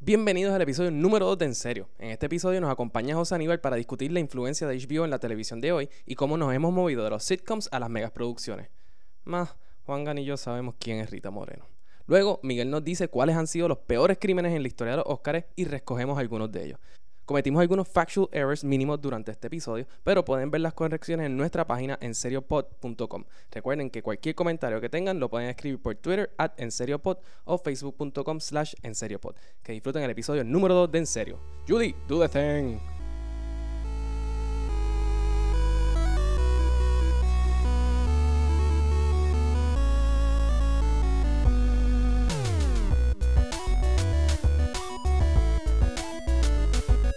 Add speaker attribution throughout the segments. Speaker 1: Bienvenidos al episodio número 2 de En Serio. En este episodio nos acompaña José Aníbal para discutir la influencia de HBO en la televisión de hoy y cómo nos hemos movido de los sitcoms a las megaproducciones. Más, Juan Gan y yo sabemos quién es Rita Moreno. Luego, Miguel nos dice cuáles han sido los peores crímenes en la historia de los Óscares y recogemos algunos de ellos. Cometimos algunos factual errors mínimos durante este episodio, pero pueden ver las correcciones en nuestra página enseriopod.com. Recuerden que cualquier comentario que tengan lo pueden escribir por Twitter at enseriopod o facebook.com slash enseriopod. Que disfruten el episodio número 2 de En Serio. Judy, do the thing.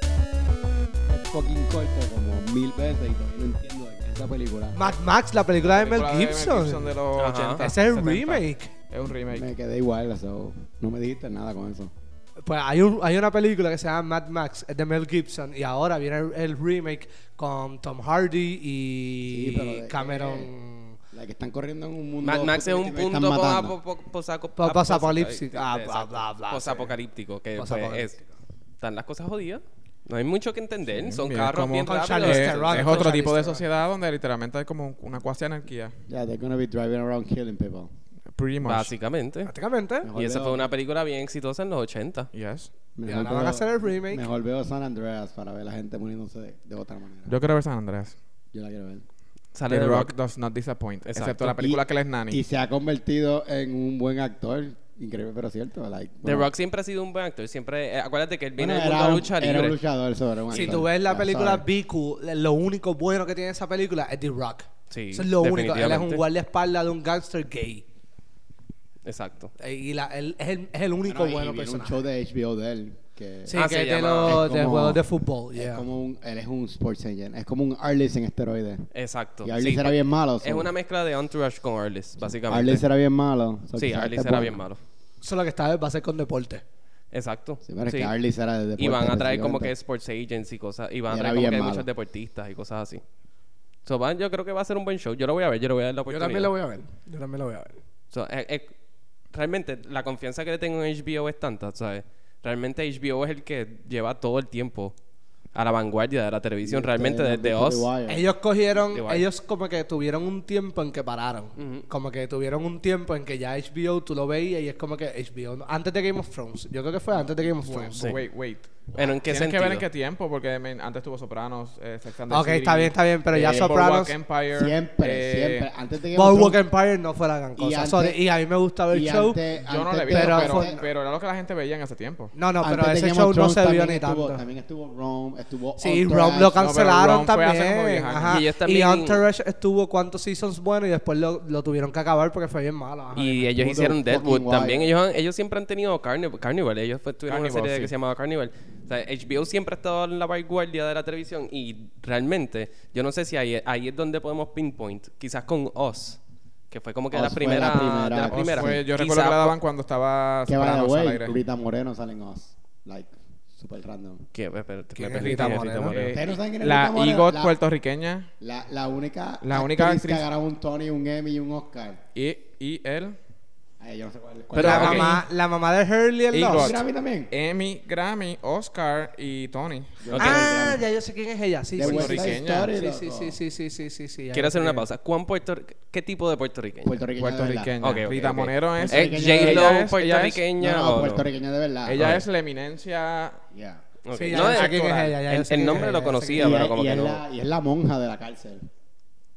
Speaker 2: es fucking corto como mil veces y todavía no entiendo de qué es esa película.
Speaker 3: Mad Max, la película de Mel
Speaker 4: película
Speaker 3: Gibson.
Speaker 4: de los
Speaker 1: Ajá.
Speaker 4: 80,
Speaker 3: Ese es el
Speaker 4: 70.
Speaker 3: remake.
Speaker 4: Es un remake.
Speaker 2: Me quedé igual, o sea, no me dijiste nada con eso.
Speaker 3: Pues hay, un, hay una película que se llama Mad Max, es de Mel Gibson, y ahora viene el, el remake con Tom Hardy
Speaker 2: Sí,
Speaker 3: y
Speaker 2: pero eh, de-
Speaker 3: Cameron.
Speaker 2: La que están corriendo en un mundo.
Speaker 1: Mad Max es un
Speaker 2: futurístico y están
Speaker 1: punto
Speaker 2: matando.
Speaker 3: Po- posapocalipsis. Ah, bla, bla, bla, sí.
Speaker 1: posapocalíptico. Que pues, es,
Speaker 3: Posapocalíptico.
Speaker 1: están las cosas jodidas. No hay mucho que entender. Son
Speaker 4: bien,
Speaker 1: carros
Speaker 4: como-
Speaker 1: bien
Speaker 3: Con
Speaker 1: rápidos.
Speaker 3: Charlize
Speaker 4: Eh,
Speaker 3: Theron,
Speaker 4: es
Speaker 3: con
Speaker 4: otro tipo de
Speaker 3: Charlize Theron.
Speaker 4: sociedad donde literalmente hay como una cuasi anarquía.
Speaker 2: Yeah, they're gonna be driving around killing people.
Speaker 4: Pretty much.
Speaker 1: Básicamente.
Speaker 3: Prácticamente.
Speaker 2: Mejor
Speaker 1: Y esa
Speaker 2: veo-
Speaker 1: fue una película bien exitosa en los 80.
Speaker 4: Yes.
Speaker 3: Y
Speaker 2: Mejor
Speaker 3: ahora van
Speaker 2: veo-
Speaker 3: a hacer el remake.
Speaker 2: Mejor veo San Andreas para ver a la gente muriéndose de, de otra manera.
Speaker 4: Yo quiero ver San Andrés.
Speaker 2: Yo la quiero ver.
Speaker 1: Sale
Speaker 4: The
Speaker 1: The
Speaker 4: Rock does not disappoint.
Speaker 1: Exacto.
Speaker 4: Excepto la película
Speaker 2: Y-
Speaker 4: que él es Nanny.
Speaker 2: Y se ha convertido en un buen actor. Increíble, pero cierto. Like,
Speaker 1: The
Speaker 2: bueno,
Speaker 1: Rock siempre ha sido un buen actor. Siempre, eh, acuérdate que él viene
Speaker 2: bueno,
Speaker 1: del mundo
Speaker 2: era
Speaker 1: de
Speaker 2: un-
Speaker 1: lucha
Speaker 2: Era un
Speaker 1: libre.
Speaker 2: luchador, eso era un
Speaker 3: Si
Speaker 2: actor.
Speaker 3: tú ves la
Speaker 2: Yeah,
Speaker 3: película
Speaker 2: sorry.
Speaker 3: BQ, lo único bueno que tiene esa película es The Rock.
Speaker 1: Sí,
Speaker 3: Eso es lo único. Él es un
Speaker 1: definitivamente.
Speaker 3: guardaespaldas de un gangster gay.
Speaker 1: Exacto.
Speaker 3: Eh, Y la- él es el, es el único
Speaker 2: Bueno, y
Speaker 3: bueno
Speaker 2: viene un
Speaker 3: personaje.
Speaker 2: show de HBO de él. Que
Speaker 3: Sí,
Speaker 1: Ah,
Speaker 3: que
Speaker 1: se
Speaker 3: es de
Speaker 1: llama-
Speaker 3: los
Speaker 2: es
Speaker 3: de
Speaker 2: como-
Speaker 3: juegos de fútbol.
Speaker 2: Es
Speaker 3: yeah.
Speaker 2: como un, él es un sports engine, es como un Arliss en esteroides.
Speaker 1: Exacto.
Speaker 2: Y Arliss
Speaker 1: Sí,
Speaker 2: era bien malo.
Speaker 1: Es una mezcla de Entourage con Arliss, básicamente.
Speaker 2: Arliss era bien malo. so
Speaker 1: sí,
Speaker 2: quizás
Speaker 1: Arliss
Speaker 2: este
Speaker 1: era
Speaker 2: es
Speaker 1: bien
Speaker 2: bueno.
Speaker 1: malo.
Speaker 3: Solo que esta vez va a ser con deporte.
Speaker 1: Exacto.
Speaker 2: Sí, pero es
Speaker 1: Sí.
Speaker 2: que Arliss era de
Speaker 1: y van
Speaker 2: deporte,
Speaker 1: a traer como que
Speaker 2: básicamente.
Speaker 1: sports agents y cosas. Y van a
Speaker 2: Y era
Speaker 1: traer como
Speaker 2: bien
Speaker 1: que
Speaker 2: malo.
Speaker 1: muchos deportistas y cosas así. So, van- yo creo que va a ser un buen show. Yo lo voy a ver, yo lo voy a dar la
Speaker 3: Yo
Speaker 1: oportunidad.
Speaker 3: también lo voy a ver. Yo también lo voy a ver.
Speaker 1: So, eh, eh, realmente, la confianza que le tengo en HBO es tanta, ¿sabes? Realmente HBO es el que lleva todo el tiempo a la vanguardia de la televisión.
Speaker 2: Este,
Speaker 1: Realmente,
Speaker 2: no,
Speaker 1: desde
Speaker 2: The
Speaker 1: Oz.
Speaker 2: Wire.
Speaker 3: Ellos cogieron,
Speaker 1: Igual.
Speaker 3: ellos como que tuvieron un tiempo en que pararon. Como que tuvieron un tiempo en que ya HBO tú lo veías y es como que HBO. no- Antes de Game of Thrones. Yo creo que fue antes de Game of Thrones.
Speaker 1: Sí.
Speaker 4: Wait, wait.
Speaker 1: Bueno, ¿en qué
Speaker 4: Tienes
Speaker 1: sentido?
Speaker 4: que ver en qué tiempo, porque I mean, antes tuvo Sopranos, eh, Sex and the
Speaker 3: Ok,
Speaker 4: City,
Speaker 3: está bien, está bien, pero ya
Speaker 4: eh,
Speaker 3: Sopranos-
Speaker 4: Boardwalk Empire.
Speaker 2: Siempre,
Speaker 4: eh,
Speaker 2: siempre. Antes de Game of
Speaker 3: Boardwalk
Speaker 2: Thrones-
Speaker 3: Empire no fue la gran cosa.
Speaker 2: antes-
Speaker 3: sorry. y a mí me gusta ver el
Speaker 2: y
Speaker 3: show.
Speaker 2: antes-
Speaker 4: Yo no
Speaker 2: antes
Speaker 4: la
Speaker 2: de-
Speaker 4: he visto,
Speaker 3: pero
Speaker 4: pero,
Speaker 3: fue-
Speaker 4: pero, era lo que la gente veía en ese tiempo.
Speaker 3: no, no, pero
Speaker 2: antes de
Speaker 3: ese
Speaker 2: Game of
Speaker 3: show no
Speaker 2: Thrones
Speaker 3: se vio
Speaker 2: también
Speaker 3: ni
Speaker 2: estuvo-
Speaker 3: tanto.
Speaker 2: También estuvo Rome, estuvo
Speaker 3: Sí,
Speaker 2: Entourage.
Speaker 3: Rome lo
Speaker 4: pero
Speaker 3: cancelaron
Speaker 4: Rome fue hace como
Speaker 3: también.
Speaker 4: 10 años.
Speaker 3: ajá.
Speaker 1: Y ellos
Speaker 3: Y
Speaker 1: también-
Speaker 3: Entourage estuvo cuántos seasons buenos y después lo, lo tuvieron que acabar porque fue bien malo. ajá.
Speaker 1: Y ellos
Speaker 2: Wonder
Speaker 1: hicieron
Speaker 2: fucking
Speaker 1: Deadwood
Speaker 2: Wire.
Speaker 1: también. Ellos, han- ellos siempre han tenido Carnival. Carnival. Ellos fue- tuvieron una
Speaker 4: Carnival,
Speaker 1: serie
Speaker 4: sí.
Speaker 1: que se llamaba Carnival. O sea, HBO siempre ha estado en la vanguardia de la televisión y realmente, yo no sé si ahí, ahí es donde podemos pinpoint. Quizás con Oz, que fue como que
Speaker 2: Oz
Speaker 1: la
Speaker 2: fue la
Speaker 1: primera.
Speaker 2: primera,
Speaker 1: de la
Speaker 2: Oz
Speaker 1: primera.
Speaker 4: Fue- yo
Speaker 1: Quizá
Speaker 4: recuerdo que la
Speaker 1: po-
Speaker 4: daban cuando estaba
Speaker 2: Que by the
Speaker 4: Sopranos al
Speaker 2: way,
Speaker 4: aire.
Speaker 2: Rita Moreno sale en Oz. Like, super random.
Speaker 1: ¿Qué? eh, Espérate,
Speaker 3: ¿Quién
Speaker 1: me
Speaker 3: es
Speaker 1: perdí,
Speaker 3: Rita
Speaker 1: ¿quién es
Speaker 3: Moreno?
Speaker 4: Eh,
Speaker 2: ¿Ustedes no saben quién es
Speaker 4: la
Speaker 2: Rita Moreno?
Speaker 4: Igot
Speaker 2: La-
Speaker 4: puertorriqueña
Speaker 2: La, la única.
Speaker 4: La única
Speaker 2: que
Speaker 4: actriz-
Speaker 2: ganó un Tony, un Emmy y un Oscar.
Speaker 4: y, y él,
Speaker 2: Ay, yo no sé cuál cuál
Speaker 1: Pero,
Speaker 3: la,
Speaker 2: era.
Speaker 1: ok.
Speaker 3: mamá, la mamá de Hurley el
Speaker 4: Igor.
Speaker 3: Lost.
Speaker 2: ¿Un Grammy también?
Speaker 4: Emmy, Grammy, Oscar y Tony.
Speaker 2: Yo tengo el
Speaker 3: Ah,
Speaker 2: Grammy.
Speaker 3: ya yo sé quién es ella. Sí,
Speaker 2: De
Speaker 3: sí,
Speaker 2: West
Speaker 3: sí,
Speaker 2: Side
Speaker 4: puertorriqueña.
Speaker 2: Story,
Speaker 3: sí,
Speaker 2: loco.
Speaker 3: sí, sí, sí, sí, sí, sí, sí, ya
Speaker 1: Quiero
Speaker 3: yo
Speaker 1: hacer
Speaker 3: sé
Speaker 1: una
Speaker 3: quién es.
Speaker 1: pausa. ¿Cuán puertor... ¿Qué tipo de puertorriqueño?
Speaker 2: Puertorriqueña. de verdad.
Speaker 4: Puertorriqueña.
Speaker 1: Ok, ok,
Speaker 4: Rita
Speaker 1: ok.
Speaker 4: Moreno es.
Speaker 1: ¿Es
Speaker 2: Puertorriqueña de
Speaker 1: J-Lo
Speaker 4: verdad. Ella es-
Speaker 1: puertorriqueña
Speaker 2: No, no,
Speaker 1: o no?
Speaker 2: puertorriqueña de verdad.
Speaker 4: Ella
Speaker 2: Ok.
Speaker 4: es la eminencia.
Speaker 2: Yeah.
Speaker 1: Ok.
Speaker 3: Sí, ya
Speaker 1: No,
Speaker 3: sé
Speaker 1: es-
Speaker 3: quién es ella, ya
Speaker 1: el,
Speaker 3: sé
Speaker 1: el
Speaker 3: quién
Speaker 1: nombre
Speaker 3: es
Speaker 1: lo
Speaker 3: ella, ya sé
Speaker 2: Y,
Speaker 1: conocía,
Speaker 2: es-
Speaker 1: pero como
Speaker 2: y
Speaker 1: que
Speaker 2: es
Speaker 1: no.
Speaker 2: la, y es la monja de la cárcel.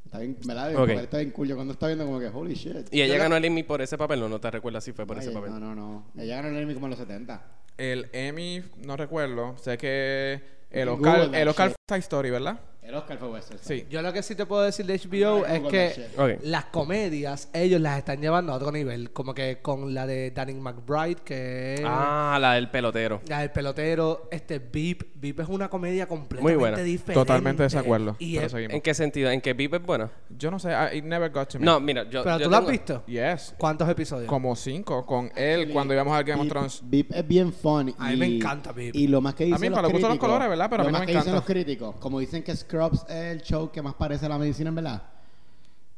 Speaker 2: Está bien, ¿verdad?
Speaker 1: Ok.
Speaker 2: Está bien cool. Yo cuando estaba viendo como que, holy shit.
Speaker 1: Y ella ganó el Emmy por ese papel, no, no te recuerdas si fue por ese
Speaker 2: Oye,
Speaker 1: papel.
Speaker 2: No, no, no. Ella ganó el Emmy como en los 70.
Speaker 4: El Emmy, no recuerdo. Sé que el
Speaker 2: Google
Speaker 4: Oscar,
Speaker 2: that
Speaker 4: el Oscar
Speaker 2: shit.
Speaker 4: fue Side Story, ¿verdad?
Speaker 2: El Oscar fue West Side Story.
Speaker 4: Sí.
Speaker 3: Yo lo que sí te puedo decir de HBO
Speaker 2: Ah, Google
Speaker 3: es
Speaker 2: that
Speaker 3: que
Speaker 2: shit.
Speaker 1: Ok.
Speaker 3: las comedias ellos las están llevando a otro nivel. Como que con la de Danny McBride, que es
Speaker 1: Ah, la del pelotero.
Speaker 3: la del pelotero, este Beep. Beep es una comedia completamente
Speaker 1: Muy buena.
Speaker 3: diferente.
Speaker 4: Totalmente desacuerdo.
Speaker 3: Y
Speaker 4: pero
Speaker 3: es-
Speaker 4: seguimos.
Speaker 1: ¿En qué sentido? ¿En qué Pip es buena?
Speaker 4: Yo no sé, I- it never got to me.
Speaker 1: No, mira, yo.
Speaker 3: pero
Speaker 1: yo
Speaker 3: tú la has
Speaker 1: tengo-
Speaker 3: visto.
Speaker 4: Yes.
Speaker 3: ¿Cuántos episodios?
Speaker 4: Como cinco con él cuando íbamos al Game of
Speaker 2: Beep-
Speaker 4: Thrones.
Speaker 2: Beep es bien fun.
Speaker 3: A mí
Speaker 2: y-
Speaker 3: me encanta Beep.
Speaker 2: Y lo más que dicen
Speaker 4: mí,
Speaker 2: los
Speaker 4: para los
Speaker 2: críticos.
Speaker 4: gustos de los colores, ¿verdad? Pero a
Speaker 2: lo
Speaker 4: mí
Speaker 2: más
Speaker 4: me
Speaker 2: que dicen
Speaker 4: encanta.
Speaker 2: los críticos. Como dicen que Scrubs es el show que más parece a la medicina, en verdad.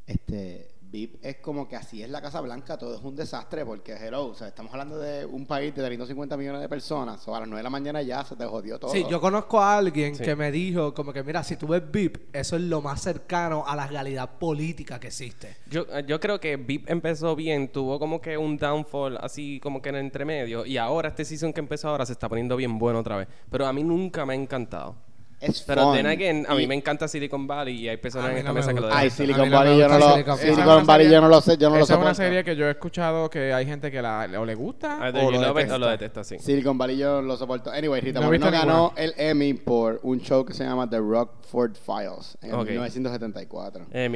Speaker 2: Este, VIP es como que así es la Casa Blanca, todo es un desastre porque, hello, o sea, estamos hablando de un país de 350 millones de personas, o a las 9 de la mañana ya se te jodió todo.
Speaker 3: Sí, yo conozco a alguien
Speaker 1: Sí.
Speaker 3: que me dijo como que, mira, si tú ves VIP, eso es lo más cercano a la realidad política que existe.
Speaker 1: Yo, eh, yo creo que VIP empezó bien, tuvo como que un downfall así como que en el entremedio y ahora este season que empezó ahora se está poniendo bien bueno otra vez. Pero a mí nunca me ha encantado.
Speaker 2: es
Speaker 1: Pero
Speaker 2: fun.
Speaker 1: then again, a mí
Speaker 2: Y-
Speaker 1: me encanta Silicon Valley y hay
Speaker 3: A
Speaker 1: personas
Speaker 3: mí
Speaker 1: en esta
Speaker 3: no me
Speaker 1: mesa que lo
Speaker 3: gusta.
Speaker 1: dejan.
Speaker 2: Ay,
Speaker 3: sí.
Speaker 2: Silicon
Speaker 3: A mí no me
Speaker 2: Valley yo no
Speaker 3: gusta
Speaker 2: lo
Speaker 3: Silicon Valley.
Speaker 2: Silicon
Speaker 4: Esa es una
Speaker 2: Valley
Speaker 4: serie-
Speaker 2: yo no lo sé, yo no lo
Speaker 4: Esa es una
Speaker 2: soporto.
Speaker 4: serie que yo he escuchado que hay gente que la, o le gusta
Speaker 1: Either
Speaker 4: o
Speaker 1: you
Speaker 4: lo
Speaker 1: love it
Speaker 4: detesta.
Speaker 1: o Ah, lo detesto, sí.
Speaker 2: Silicon Valley yo no lo soporto. Anyway, Rita
Speaker 4: No he
Speaker 2: Moreno
Speaker 4: visto
Speaker 2: ganó el Emmy por un show que se llama The Rockford Files en
Speaker 1: Ok.
Speaker 2: 1974.
Speaker 1: En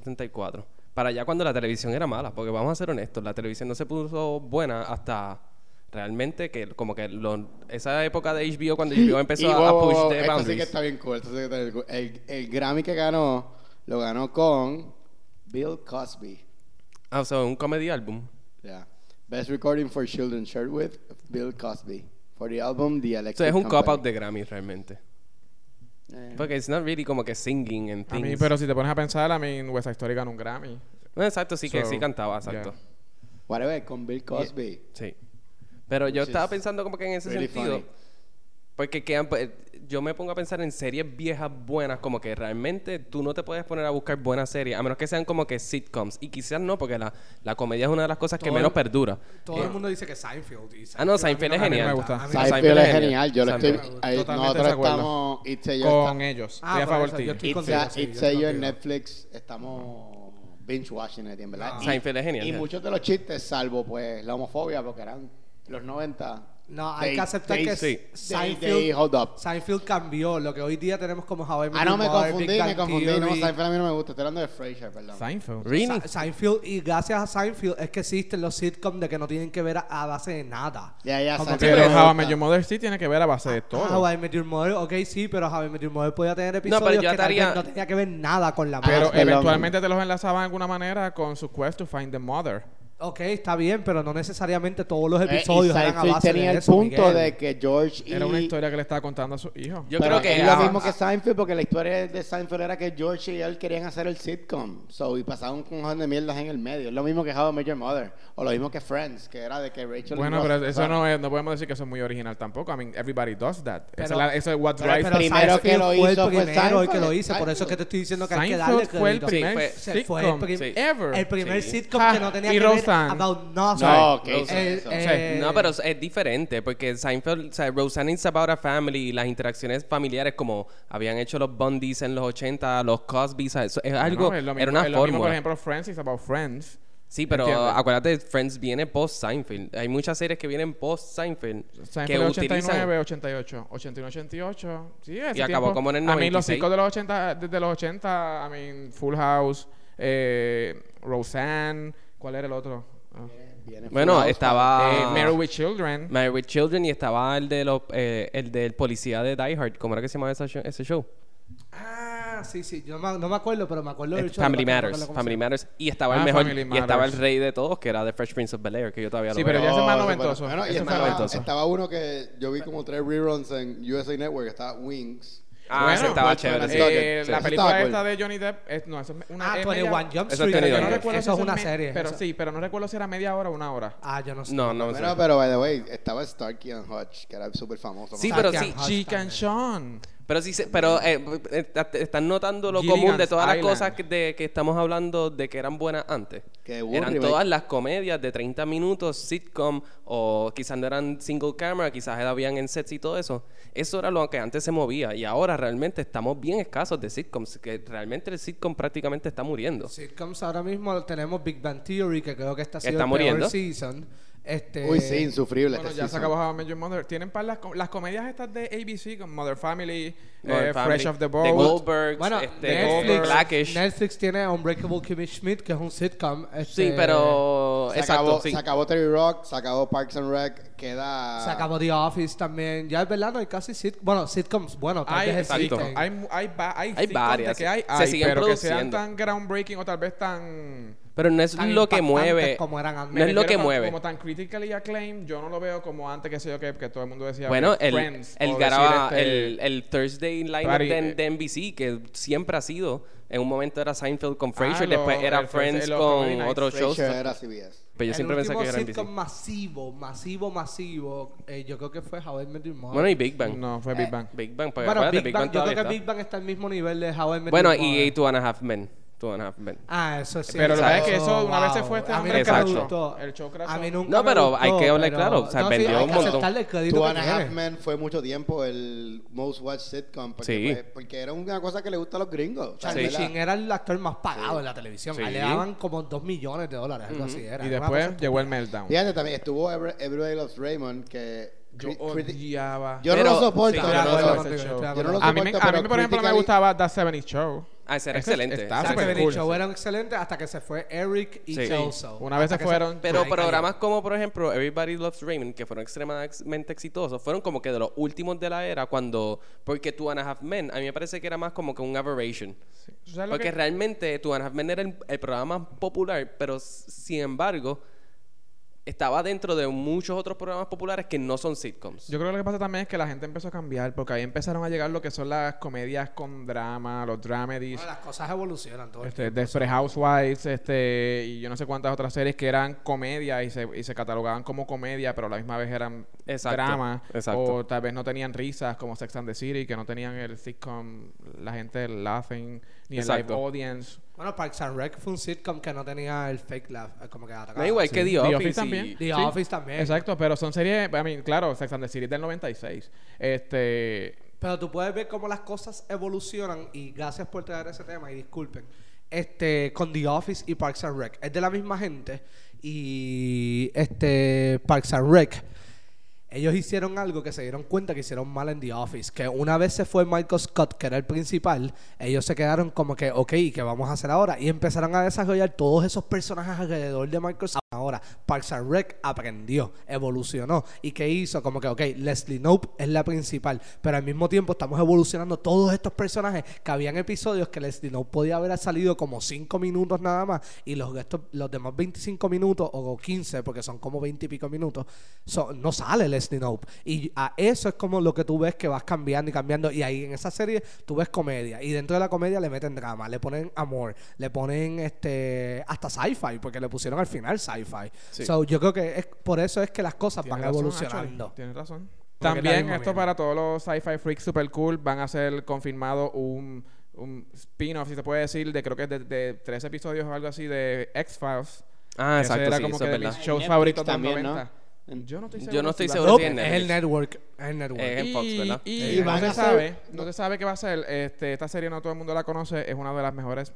Speaker 1: 1974. Para allá cuando la televisión era mala, porque vamos a ser honestos, la televisión no se puso buena hasta realmente que como que lo- esa época de HBO cuando HBO empezó
Speaker 2: Y
Speaker 1: a-
Speaker 2: wow,
Speaker 1: a
Speaker 2: wow,
Speaker 1: push
Speaker 2: wow,
Speaker 1: the
Speaker 2: esto sí que
Speaker 1: boundaries.
Speaker 2: está bien cool. esto sí que está bien cool. El, el Grammy que ganó, lo ganó con Bill Cosby.
Speaker 1: Ah, o sea, un comedy album.
Speaker 2: Yeah. Best Recording for Children shared with Bill Cosby. For the album The Electric
Speaker 1: O sea, es un
Speaker 2: Company.
Speaker 1: cop-out de Grammy realmente.
Speaker 2: Eh.
Speaker 1: Porque it's not really como que singing and
Speaker 4: A
Speaker 1: things.
Speaker 4: mí, pero si te pones a pensar, a mí West Side Story ganó un Grammy.
Speaker 1: Bueno, exacto, sí que
Speaker 4: So,
Speaker 1: sí cantaba, exacto.
Speaker 4: yeah.
Speaker 2: Whatever, con Bill Cosby.
Speaker 1: Sí. Pero yo
Speaker 2: Which
Speaker 1: estaba
Speaker 2: is
Speaker 1: pensando como que en ese
Speaker 2: really
Speaker 1: sentido.
Speaker 2: funny.
Speaker 1: Porque quedan, pues, yo me pongo a pensar en series viejas buenas, como que realmente tú no te puedes poner a buscar buenas series, a menos que sean como que sitcoms. Y quizás no, porque la, la comedia es una de las cosas que
Speaker 3: Todo-
Speaker 1: menos perdura.
Speaker 3: Todo
Speaker 1: Eh,
Speaker 3: el mundo dice que Seinfeld. y
Speaker 1: Ah, no,
Speaker 3: a mí
Speaker 1: Seinfeld es
Speaker 3: a mí no
Speaker 1: genial.
Speaker 4: me gusta.
Speaker 3: A mí no-
Speaker 1: Seinfeld
Speaker 2: Seinfeld
Speaker 1: es
Speaker 2: es
Speaker 1: genial.
Speaker 2: genial. Yo lo estoy.
Speaker 1: Seinfeld.
Speaker 2: ahí-
Speaker 4: Totalmente
Speaker 2: nosotros
Speaker 4: desacuerdo.
Speaker 2: estamos. It's a
Speaker 4: Con
Speaker 2: yo.
Speaker 4: ellos.
Speaker 3: Ah,
Speaker 4: Estoy a
Speaker 3: por
Speaker 4: favor
Speaker 3: eso,
Speaker 4: tuyo.
Speaker 3: yo estoy-
Speaker 2: It's
Speaker 3: contigo,
Speaker 2: a,
Speaker 3: sí, yo
Speaker 2: it's
Speaker 3: estoy
Speaker 2: a yo en
Speaker 3: contigo.
Speaker 2: Netflix. Estamos binge watching it, en verdad.
Speaker 3: Ah.
Speaker 2: Y-
Speaker 1: Seinfeld es genial,
Speaker 2: Y
Speaker 1: yeah.
Speaker 2: muchos de los chistes, salvo pues la homofobia, porque eran los 90.
Speaker 3: No, hay
Speaker 2: they-
Speaker 3: que aceptar
Speaker 2: they-
Speaker 3: que
Speaker 1: sí.
Speaker 2: They, they
Speaker 3: Seinfeld,
Speaker 2: hold up.
Speaker 3: Seinfeld cambió lo que hoy día tenemos como How I Met
Speaker 2: Ah, no,
Speaker 3: Your
Speaker 2: me
Speaker 3: Mother,
Speaker 2: confundí,
Speaker 3: Big Bang
Speaker 2: me confundí. No,
Speaker 3: Theory.
Speaker 2: Seinfeld a mí no me gusta. Estoy hablando de Frasier, perdón.
Speaker 4: Seinfeld.
Speaker 1: Really?
Speaker 3: Sa- Seinfeld y gracias a Seinfeld es que existen los sitcoms de que no tienen que ver a, a base de nada.
Speaker 2: Ya, ya,
Speaker 3: Como
Speaker 2: Seinfeld
Speaker 3: que-
Speaker 4: Pero
Speaker 2: me
Speaker 4: How I
Speaker 2: gusta.
Speaker 4: Met Your Mother sí tiene que ver a base de todo.
Speaker 3: Ah, How I Met Your Mother, ok, sí, pero How I Met Your Mother podía tener
Speaker 1: pero
Speaker 3: episodios
Speaker 1: yo
Speaker 3: que tal vez
Speaker 1: estaría-
Speaker 3: no tenía que ver nada con la
Speaker 2: Pero-
Speaker 4: Pero
Speaker 3: madre.
Speaker 2: perdón.
Speaker 4: eventualmente te los enlazaban de alguna manera con su quest to find the mother.
Speaker 3: Ok, está bien, pero no necesariamente todos los
Speaker 2: Eh, y
Speaker 3: episodios eran a
Speaker 2: Seinfeld
Speaker 3: base
Speaker 2: tenía
Speaker 3: de
Speaker 2: el
Speaker 3: eso,
Speaker 2: punto
Speaker 3: Miguel.
Speaker 2: de que George y...
Speaker 4: Era una historia que le estaba contando a su hijo.
Speaker 1: Yo
Speaker 2: Pero
Speaker 1: creo que
Speaker 2: es lo
Speaker 1: ah,
Speaker 2: mismo que Seinfeld porque la historia de Seinfeld era que George y él querían hacer el sitcom. So, y pasaban un cojón de mierdas en el medio. Es lo mismo que How I Met Your Mother. O lo mismo que Friends, que era de que Rachel... y
Speaker 4: Bueno,
Speaker 2: Ross,
Speaker 4: pero
Speaker 2: o
Speaker 4: eso
Speaker 2: sea,
Speaker 4: no es, no podemos decir que eso es muy original tampoco. I mean, everybody does that. Esa
Speaker 3: Pero-
Speaker 4: es la- eso es what
Speaker 3: Pero-
Speaker 4: drives
Speaker 3: pero
Speaker 2: primero
Speaker 3: Seinfeld
Speaker 2: que lo
Speaker 3: fue el
Speaker 2: hizo fue
Speaker 3: primero y que lo
Speaker 2: Seinfeld.
Speaker 3: hizo, por eso es que te estoy diciendo que hay que darle
Speaker 4: Seinfeld fue el
Speaker 3: crédito.
Speaker 4: primer
Speaker 1: Sí,
Speaker 3: Se fue el,
Speaker 4: sitcom
Speaker 3: prim-
Speaker 1: sí.
Speaker 4: ever.
Speaker 3: el primer
Speaker 1: Sí.
Speaker 3: sitcom
Speaker 4: Ah,
Speaker 3: que no tenía
Speaker 4: y
Speaker 3: que
Speaker 4: Roseanne.
Speaker 3: ver about nothing.
Speaker 2: No, que hizo
Speaker 3: El-
Speaker 2: eso.
Speaker 3: eh,
Speaker 1: No, pero es- es diferente, porque Seinfeld, o sea, Roseanne is about a family, y las interacciones familiares como habían hecho los Bundys en los 80, los Cosby, o sea, eso es algo,
Speaker 4: No, es lo
Speaker 1: era
Speaker 4: mismo-
Speaker 1: una
Speaker 4: es lo mismo, por
Speaker 1: fórmula.
Speaker 4: ejemplo, Friends is about Friends.
Speaker 1: Sí, pero
Speaker 4: Entiendo.
Speaker 1: acuérdate, Friends viene post Seinfeld. Hay muchas series que vienen post Seinfeld, que
Speaker 4: Seinfeld es
Speaker 1: utilizan
Speaker 4: 89, 88, 81, 88. Sí, ese
Speaker 1: Y acabó
Speaker 4: tiempo.
Speaker 1: como en el
Speaker 4: A mí los
Speaker 1: 96.
Speaker 4: cinco de los 80, desde los 80, I mean, Full House, eh, Roseanne, ¿cuál era el otro? Ah.
Speaker 3: eh,
Speaker 2: viene
Speaker 1: Bueno,
Speaker 2: Full House,
Speaker 1: estaba
Speaker 4: Eh, Married with Children.
Speaker 1: Married with Children y estaba el de los eh, el del policía de Die Hard, ¿cómo era que se llamaba esa sho- ese show?
Speaker 3: Ah, sí, sí, yo no me, no me acuerdo, pero me acuerdo
Speaker 1: Eh,
Speaker 3: del show,
Speaker 1: Family
Speaker 3: no me acuerdo
Speaker 1: Matters,
Speaker 3: cómo se
Speaker 1: Family
Speaker 3: llama.
Speaker 1: Matters y estaba el
Speaker 4: Ah,
Speaker 1: mejor
Speaker 4: Family
Speaker 1: y estaba el
Speaker 4: Matters.
Speaker 1: rey de todos que era The Fresh Prince of Bel-Air, que yo todavía lo
Speaker 4: Sí,
Speaker 1: veo.
Speaker 4: pero ya ese es más
Speaker 2: Oh, súper-
Speaker 4: noventoso.
Speaker 2: Bueno, y
Speaker 4: Ese es más
Speaker 2: estaba,
Speaker 1: noventoso.
Speaker 2: estaba uno que yo vi como tres reruns en USA Network, que estaba Wings.
Speaker 1: Ah,
Speaker 4: Bueno,
Speaker 1: ese estaba
Speaker 2: Watchmen
Speaker 1: chévere.
Speaker 2: and
Speaker 1: sí.
Speaker 4: Eh,
Speaker 1: Sí.
Speaker 4: la
Speaker 2: Eso
Speaker 4: película
Speaker 2: estaba
Speaker 4: esta
Speaker 2: cool.
Speaker 4: de Johnny Depp es, no, eso es una
Speaker 3: Ah,
Speaker 4: es
Speaker 3: 21
Speaker 4: media-
Speaker 3: Jump
Speaker 1: Eso es
Speaker 3: Street.
Speaker 1: Tony
Speaker 4: Yo
Speaker 3: yo
Speaker 4: no
Speaker 1: Daniel.
Speaker 4: recuerdo
Speaker 3: Eso
Speaker 4: si
Speaker 3: es una
Speaker 4: me-
Speaker 3: serie.
Speaker 4: Pero
Speaker 3: eso-
Speaker 4: sí, pero no recuerdo si era media hora o una hora.
Speaker 3: Ah, yo no sé.
Speaker 1: No, no me
Speaker 2: Bueno,
Speaker 1: sé.
Speaker 2: pero by the way, estaba Starkey and Hutch, que era súper famoso.
Speaker 1: Sí,
Speaker 2: ¿no?
Speaker 1: pero
Speaker 3: Zac
Speaker 1: sí,
Speaker 3: Hush
Speaker 4: Chick
Speaker 3: también.
Speaker 4: and Sean.
Speaker 1: Pero sí, se- pero eh, eh, eh, están notando lo
Speaker 4: Gilligan's
Speaker 1: común de todas las
Speaker 4: Island.
Speaker 1: cosas que, de, que estamos hablando de que eran buenas antes.
Speaker 2: Que hubo un
Speaker 1: eran
Speaker 2: remake.
Speaker 1: todas las comedias de 30 minutos, sitcom, o quizás no eran single camera, quizás habían en sets y todo eso. Eso era lo que antes se movía y ahora realmente estamos bien escasos de sitcoms, que realmente el sitcom prácticamente está muriendo.
Speaker 3: Sitcoms ahora mismo tenemos Big Bang Theory, que creo que está siendo
Speaker 1: Está
Speaker 3: el peor
Speaker 1: muriendo.
Speaker 3: season. Este,
Speaker 2: Uy, sí, insufrible
Speaker 4: Bueno,
Speaker 2: este
Speaker 4: ya se
Speaker 2: season.
Speaker 4: acabó How I Met Your Mother. Tienen par las, com- las comedias estas de ABC, con Mother Family,
Speaker 1: Modern
Speaker 4: eh,
Speaker 1: Family,
Speaker 4: Fresh of the
Speaker 1: The
Speaker 4: Boat.
Speaker 1: Goldbergs,
Speaker 3: Bueno,
Speaker 1: este,
Speaker 4: Netflix-
Speaker 1: Blackish.
Speaker 3: Netflix tiene Unbreakable Kimmy Schmidt, que es un sitcom.
Speaker 1: sí,
Speaker 3: este,
Speaker 1: pero...
Speaker 2: Se,
Speaker 1: exacto,
Speaker 2: acabó,
Speaker 1: sí.
Speaker 2: se acabó Terry Rock, se acabó Parks and Rec, queda...
Speaker 3: Se acabó The Office también. Ya es verdad, no hay casi sitcoms. Bueno, sitcoms, bueno, tal
Speaker 4: Hay,
Speaker 3: vez
Speaker 4: hay,
Speaker 1: exacto.
Speaker 3: existen.
Speaker 4: hay, mu- hay, va- hay, sitcoms de
Speaker 1: varias,
Speaker 4: que hay,
Speaker 1: se
Speaker 4: hay,
Speaker 1: siguen
Speaker 4: pero que sean
Speaker 1: produciendo.
Speaker 4: tan groundbreaking o tal vez tan
Speaker 1: Pero no es
Speaker 3: tan
Speaker 1: lo que
Speaker 3: impactantes
Speaker 1: mueve.
Speaker 3: Como eran
Speaker 1: No es
Speaker 4: Me
Speaker 3: antes.
Speaker 1: lo
Speaker 4: refiero
Speaker 1: que
Speaker 4: como-
Speaker 1: mueve.
Speaker 4: Como tan critically acclaimed, yo no lo veo como antes, que sé yo, que, que todo el mundo decía.
Speaker 1: Bueno,
Speaker 4: que
Speaker 1: el,
Speaker 4: Friends,
Speaker 1: el,
Speaker 4: o
Speaker 1: garaba-
Speaker 4: decir, este,
Speaker 1: el, el Thursday Night
Speaker 4: Claro, y-
Speaker 3: eh,
Speaker 1: de, de NBC, que siempre ha sido, en un momento era Seinfeld
Speaker 3: Ah,
Speaker 1: con Frasier,
Speaker 4: lo-
Speaker 1: después era
Speaker 4: el Thursday-
Speaker 1: Friends
Speaker 4: los Comedy
Speaker 1: con
Speaker 4: Nights,
Speaker 1: otros shows.
Speaker 5: Frasier era CBS.
Speaker 1: Pero yo
Speaker 3: El
Speaker 1: siempre pensé
Speaker 3: último
Speaker 1: que era NBC.
Speaker 3: sitcom masivo, masivo, masivo. eh, yo creo que fue How I Met Your Mother.
Speaker 1: Bueno, y Big Bang.
Speaker 4: No,
Speaker 5: Eh,
Speaker 4: fue Big Bang.
Speaker 1: Big Bang, porque
Speaker 3: Bueno,
Speaker 1: acuérdate,
Speaker 3: Big Bang, yo
Speaker 1: todavía
Speaker 3: creo que
Speaker 1: está.
Speaker 3: Big Bang está al mismo nivel de How I Met
Speaker 1: Bueno,
Speaker 3: Your Mother.
Speaker 1: y Two and a Half Men. Two and a Half Men.
Speaker 3: Ah, eso sí.
Speaker 4: Pero lo que pasa es que
Speaker 3: Exacto.
Speaker 4: eso una vez se fue este
Speaker 3: A mí
Speaker 4: hombre.
Speaker 3: nunca me
Speaker 1: Exacto.
Speaker 3: gustó.
Speaker 4: El show crashó.
Speaker 3: A mí nunca
Speaker 1: No,
Speaker 3: me
Speaker 1: pero
Speaker 3: gustó,
Speaker 1: hay que hablar
Speaker 3: pero-
Speaker 1: claro, o sea,
Speaker 3: no, sí,
Speaker 1: vendió
Speaker 3: hay
Speaker 1: un
Speaker 3: que
Speaker 1: montón.
Speaker 3: aceptarle el crédito
Speaker 5: Two
Speaker 3: que
Speaker 5: and a Half
Speaker 3: tiene.
Speaker 5: Men fue mucho tiempo el most watched sitcom porque,
Speaker 1: Sí.
Speaker 5: fue- porque era una cosa que le gusta a los gringos.
Speaker 3: Charlie
Speaker 5: ¿verdad?
Speaker 3: Sheen era el actor más pagado en la televisión.
Speaker 1: Sí.
Speaker 3: A él Le daban como 2 millones de dólares, algo así. Era
Speaker 4: Y
Speaker 3: Era una
Speaker 4: después
Speaker 3: cosa
Speaker 4: llegó el meltdown.
Speaker 5: Fíjate también, estuvo Every- Everybody Loves Raymond que
Speaker 4: Yo
Speaker 5: cri- criti-
Speaker 4: odiaba.
Speaker 5: yo
Speaker 1: Pero-
Speaker 5: no lo soporto.
Speaker 1: sí,
Speaker 5: yo
Speaker 3: Estoy de
Speaker 5: no lo
Speaker 3: acuerdo
Speaker 5: soporto.
Speaker 3: contigo,
Speaker 4: Yo no sé
Speaker 3: estoy
Speaker 4: ese
Speaker 3: de
Speaker 4: show.
Speaker 5: Yo no
Speaker 3: acuerdo
Speaker 5: lo
Speaker 4: A mí, me-
Speaker 5: soporto,
Speaker 4: a mí,
Speaker 5: pero
Speaker 4: por ejemplo, me
Speaker 5: critically-
Speaker 4: gustaba The 70 Show.
Speaker 1: Ah, ese era
Speaker 4: Ese
Speaker 1: excelente.
Speaker 4: está
Speaker 1: Sí.
Speaker 3: Zack
Speaker 4: súper
Speaker 3: Efron y
Speaker 4: cool.
Speaker 3: Show eran excelentes hasta que se fue Eric y
Speaker 1: Sí.
Speaker 3: Kelso.
Speaker 4: Una vez se
Speaker 3: Hasta que
Speaker 4: fueron.
Speaker 1: Pero
Speaker 3: Ay,
Speaker 1: programas como, por ejemplo, Everybody Loves Raymond, que fueron extremadamente exitosos, fueron como que de los últimos de la era cuando... Porque Two and a Half Men, a mí me parece que era más como que un aberration.
Speaker 4: ¿Tú sabes lo
Speaker 1: Porque
Speaker 5: ¿eh?
Speaker 4: que-
Speaker 1: realmente Two and a Half Men era el, el programa más popular, pero s- sin embargo estaba dentro de muchos otros programas populares que no son sitcoms.
Speaker 4: Yo creo que lo que pasa también es que la gente empezó a cambiar, porque ahí empezaron a llegar lo que son las comedias con drama, los dramedies,
Speaker 3: Bueno, las cosas evolucionan todo el
Speaker 4: este, Desperate Housewives, este, y yo no sé cuántas otras series que eran comedia y se, y se catalogaban como comedia, pero a la misma vez eran
Speaker 1: Exacto,
Speaker 4: drama,
Speaker 1: exacto.
Speaker 4: o tal vez no tenían risas, como Sex and the City, que no tenían el sitcom, la gente laughing, ni
Speaker 1: Exacto.
Speaker 4: el live audience.
Speaker 3: Bueno, Parks and Rec fue un sitcom que no tenía el fake laugh, eh, como que atacaba.
Speaker 1: no igual
Speaker 4: Ah, sí.
Speaker 1: que The,
Speaker 4: The
Speaker 1: Office,
Speaker 4: Office
Speaker 1: y-
Speaker 4: también.
Speaker 3: The
Speaker 4: Sí.
Speaker 3: Office también.
Speaker 4: Exacto, pero son series, I mean, claro, Sex and the City es del 96. Este,
Speaker 3: Pero tú puedes ver cómo las cosas evolucionan y gracias por traer ese tema y disculpen. Este, con The Office y Parks and Rec. Es de la misma gente y este Parks and Rec. Ellos hicieron algo que se dieron cuenta que hicieron mal en The Office, que una vez se fue Michael Scott, que era el principal, ellos se quedaron como que, ok, ¿qué vamos a hacer ahora? Y empezaron a desarrollar todos esos personajes alrededor de Michael Scott. Ahora, Parks and Rec aprendió, evolucionó. ¿Y qué hizo? Como que, ok, Leslie Nope es la principal, pero al mismo tiempo estamos evolucionando todos estos personajes que habían episodios que Leslie Nope podía haber salido como 5 minutos nada más y los, estos- los demás 25 minutos o 15, porque son como 20 y pico minutos, son- no sale Leslie Nope. Y a eso es como lo que tú ves que vas cambiando y cambiando. Y ahí en esa serie tú ves comedia. Y dentro de la comedia le meten drama, le ponen amor, le ponen este hasta sci-fi, porque le pusieron al final sci-fi.
Speaker 1: Sí.
Speaker 3: So, yo creo que es, por eso es que las cosas van
Speaker 4: Tienes razón,
Speaker 3: evolucionando.
Speaker 4: actually. Tienes razón.
Speaker 3: Porque es la
Speaker 4: También
Speaker 3: misma
Speaker 4: esto
Speaker 3: mierda.
Speaker 4: para todos los sci-fi freaks super cool van a ser confirmado un, un spin-off, si se puede decir, de creo que es de, de tres episodios o algo así de X-Files.
Speaker 1: Ah,
Speaker 4: que ese
Speaker 1: exacto,
Speaker 4: era
Speaker 1: sí,
Speaker 4: como
Speaker 1: eso
Speaker 4: que
Speaker 1: es
Speaker 4: de
Speaker 1: verdad.
Speaker 4: mis shows
Speaker 5: Netflix
Speaker 4: favoritos también,
Speaker 5: también, ¿no?
Speaker 4: 90. Yo no estoy
Speaker 1: Yo
Speaker 4: seguro.
Speaker 1: no estoy
Speaker 4: va a
Speaker 1: seguro si
Speaker 4: ser-
Speaker 3: Nope, es el network. Es el network.
Speaker 1: Eh, en Fox, ¿verdad?
Speaker 4: Y,
Speaker 5: Sí,
Speaker 4: no
Speaker 5: van
Speaker 4: se
Speaker 5: a ser-
Speaker 4: sabe, no se sabe qué va a ser. Este, esta serie no todo el mundo la conoce, es una de las mejores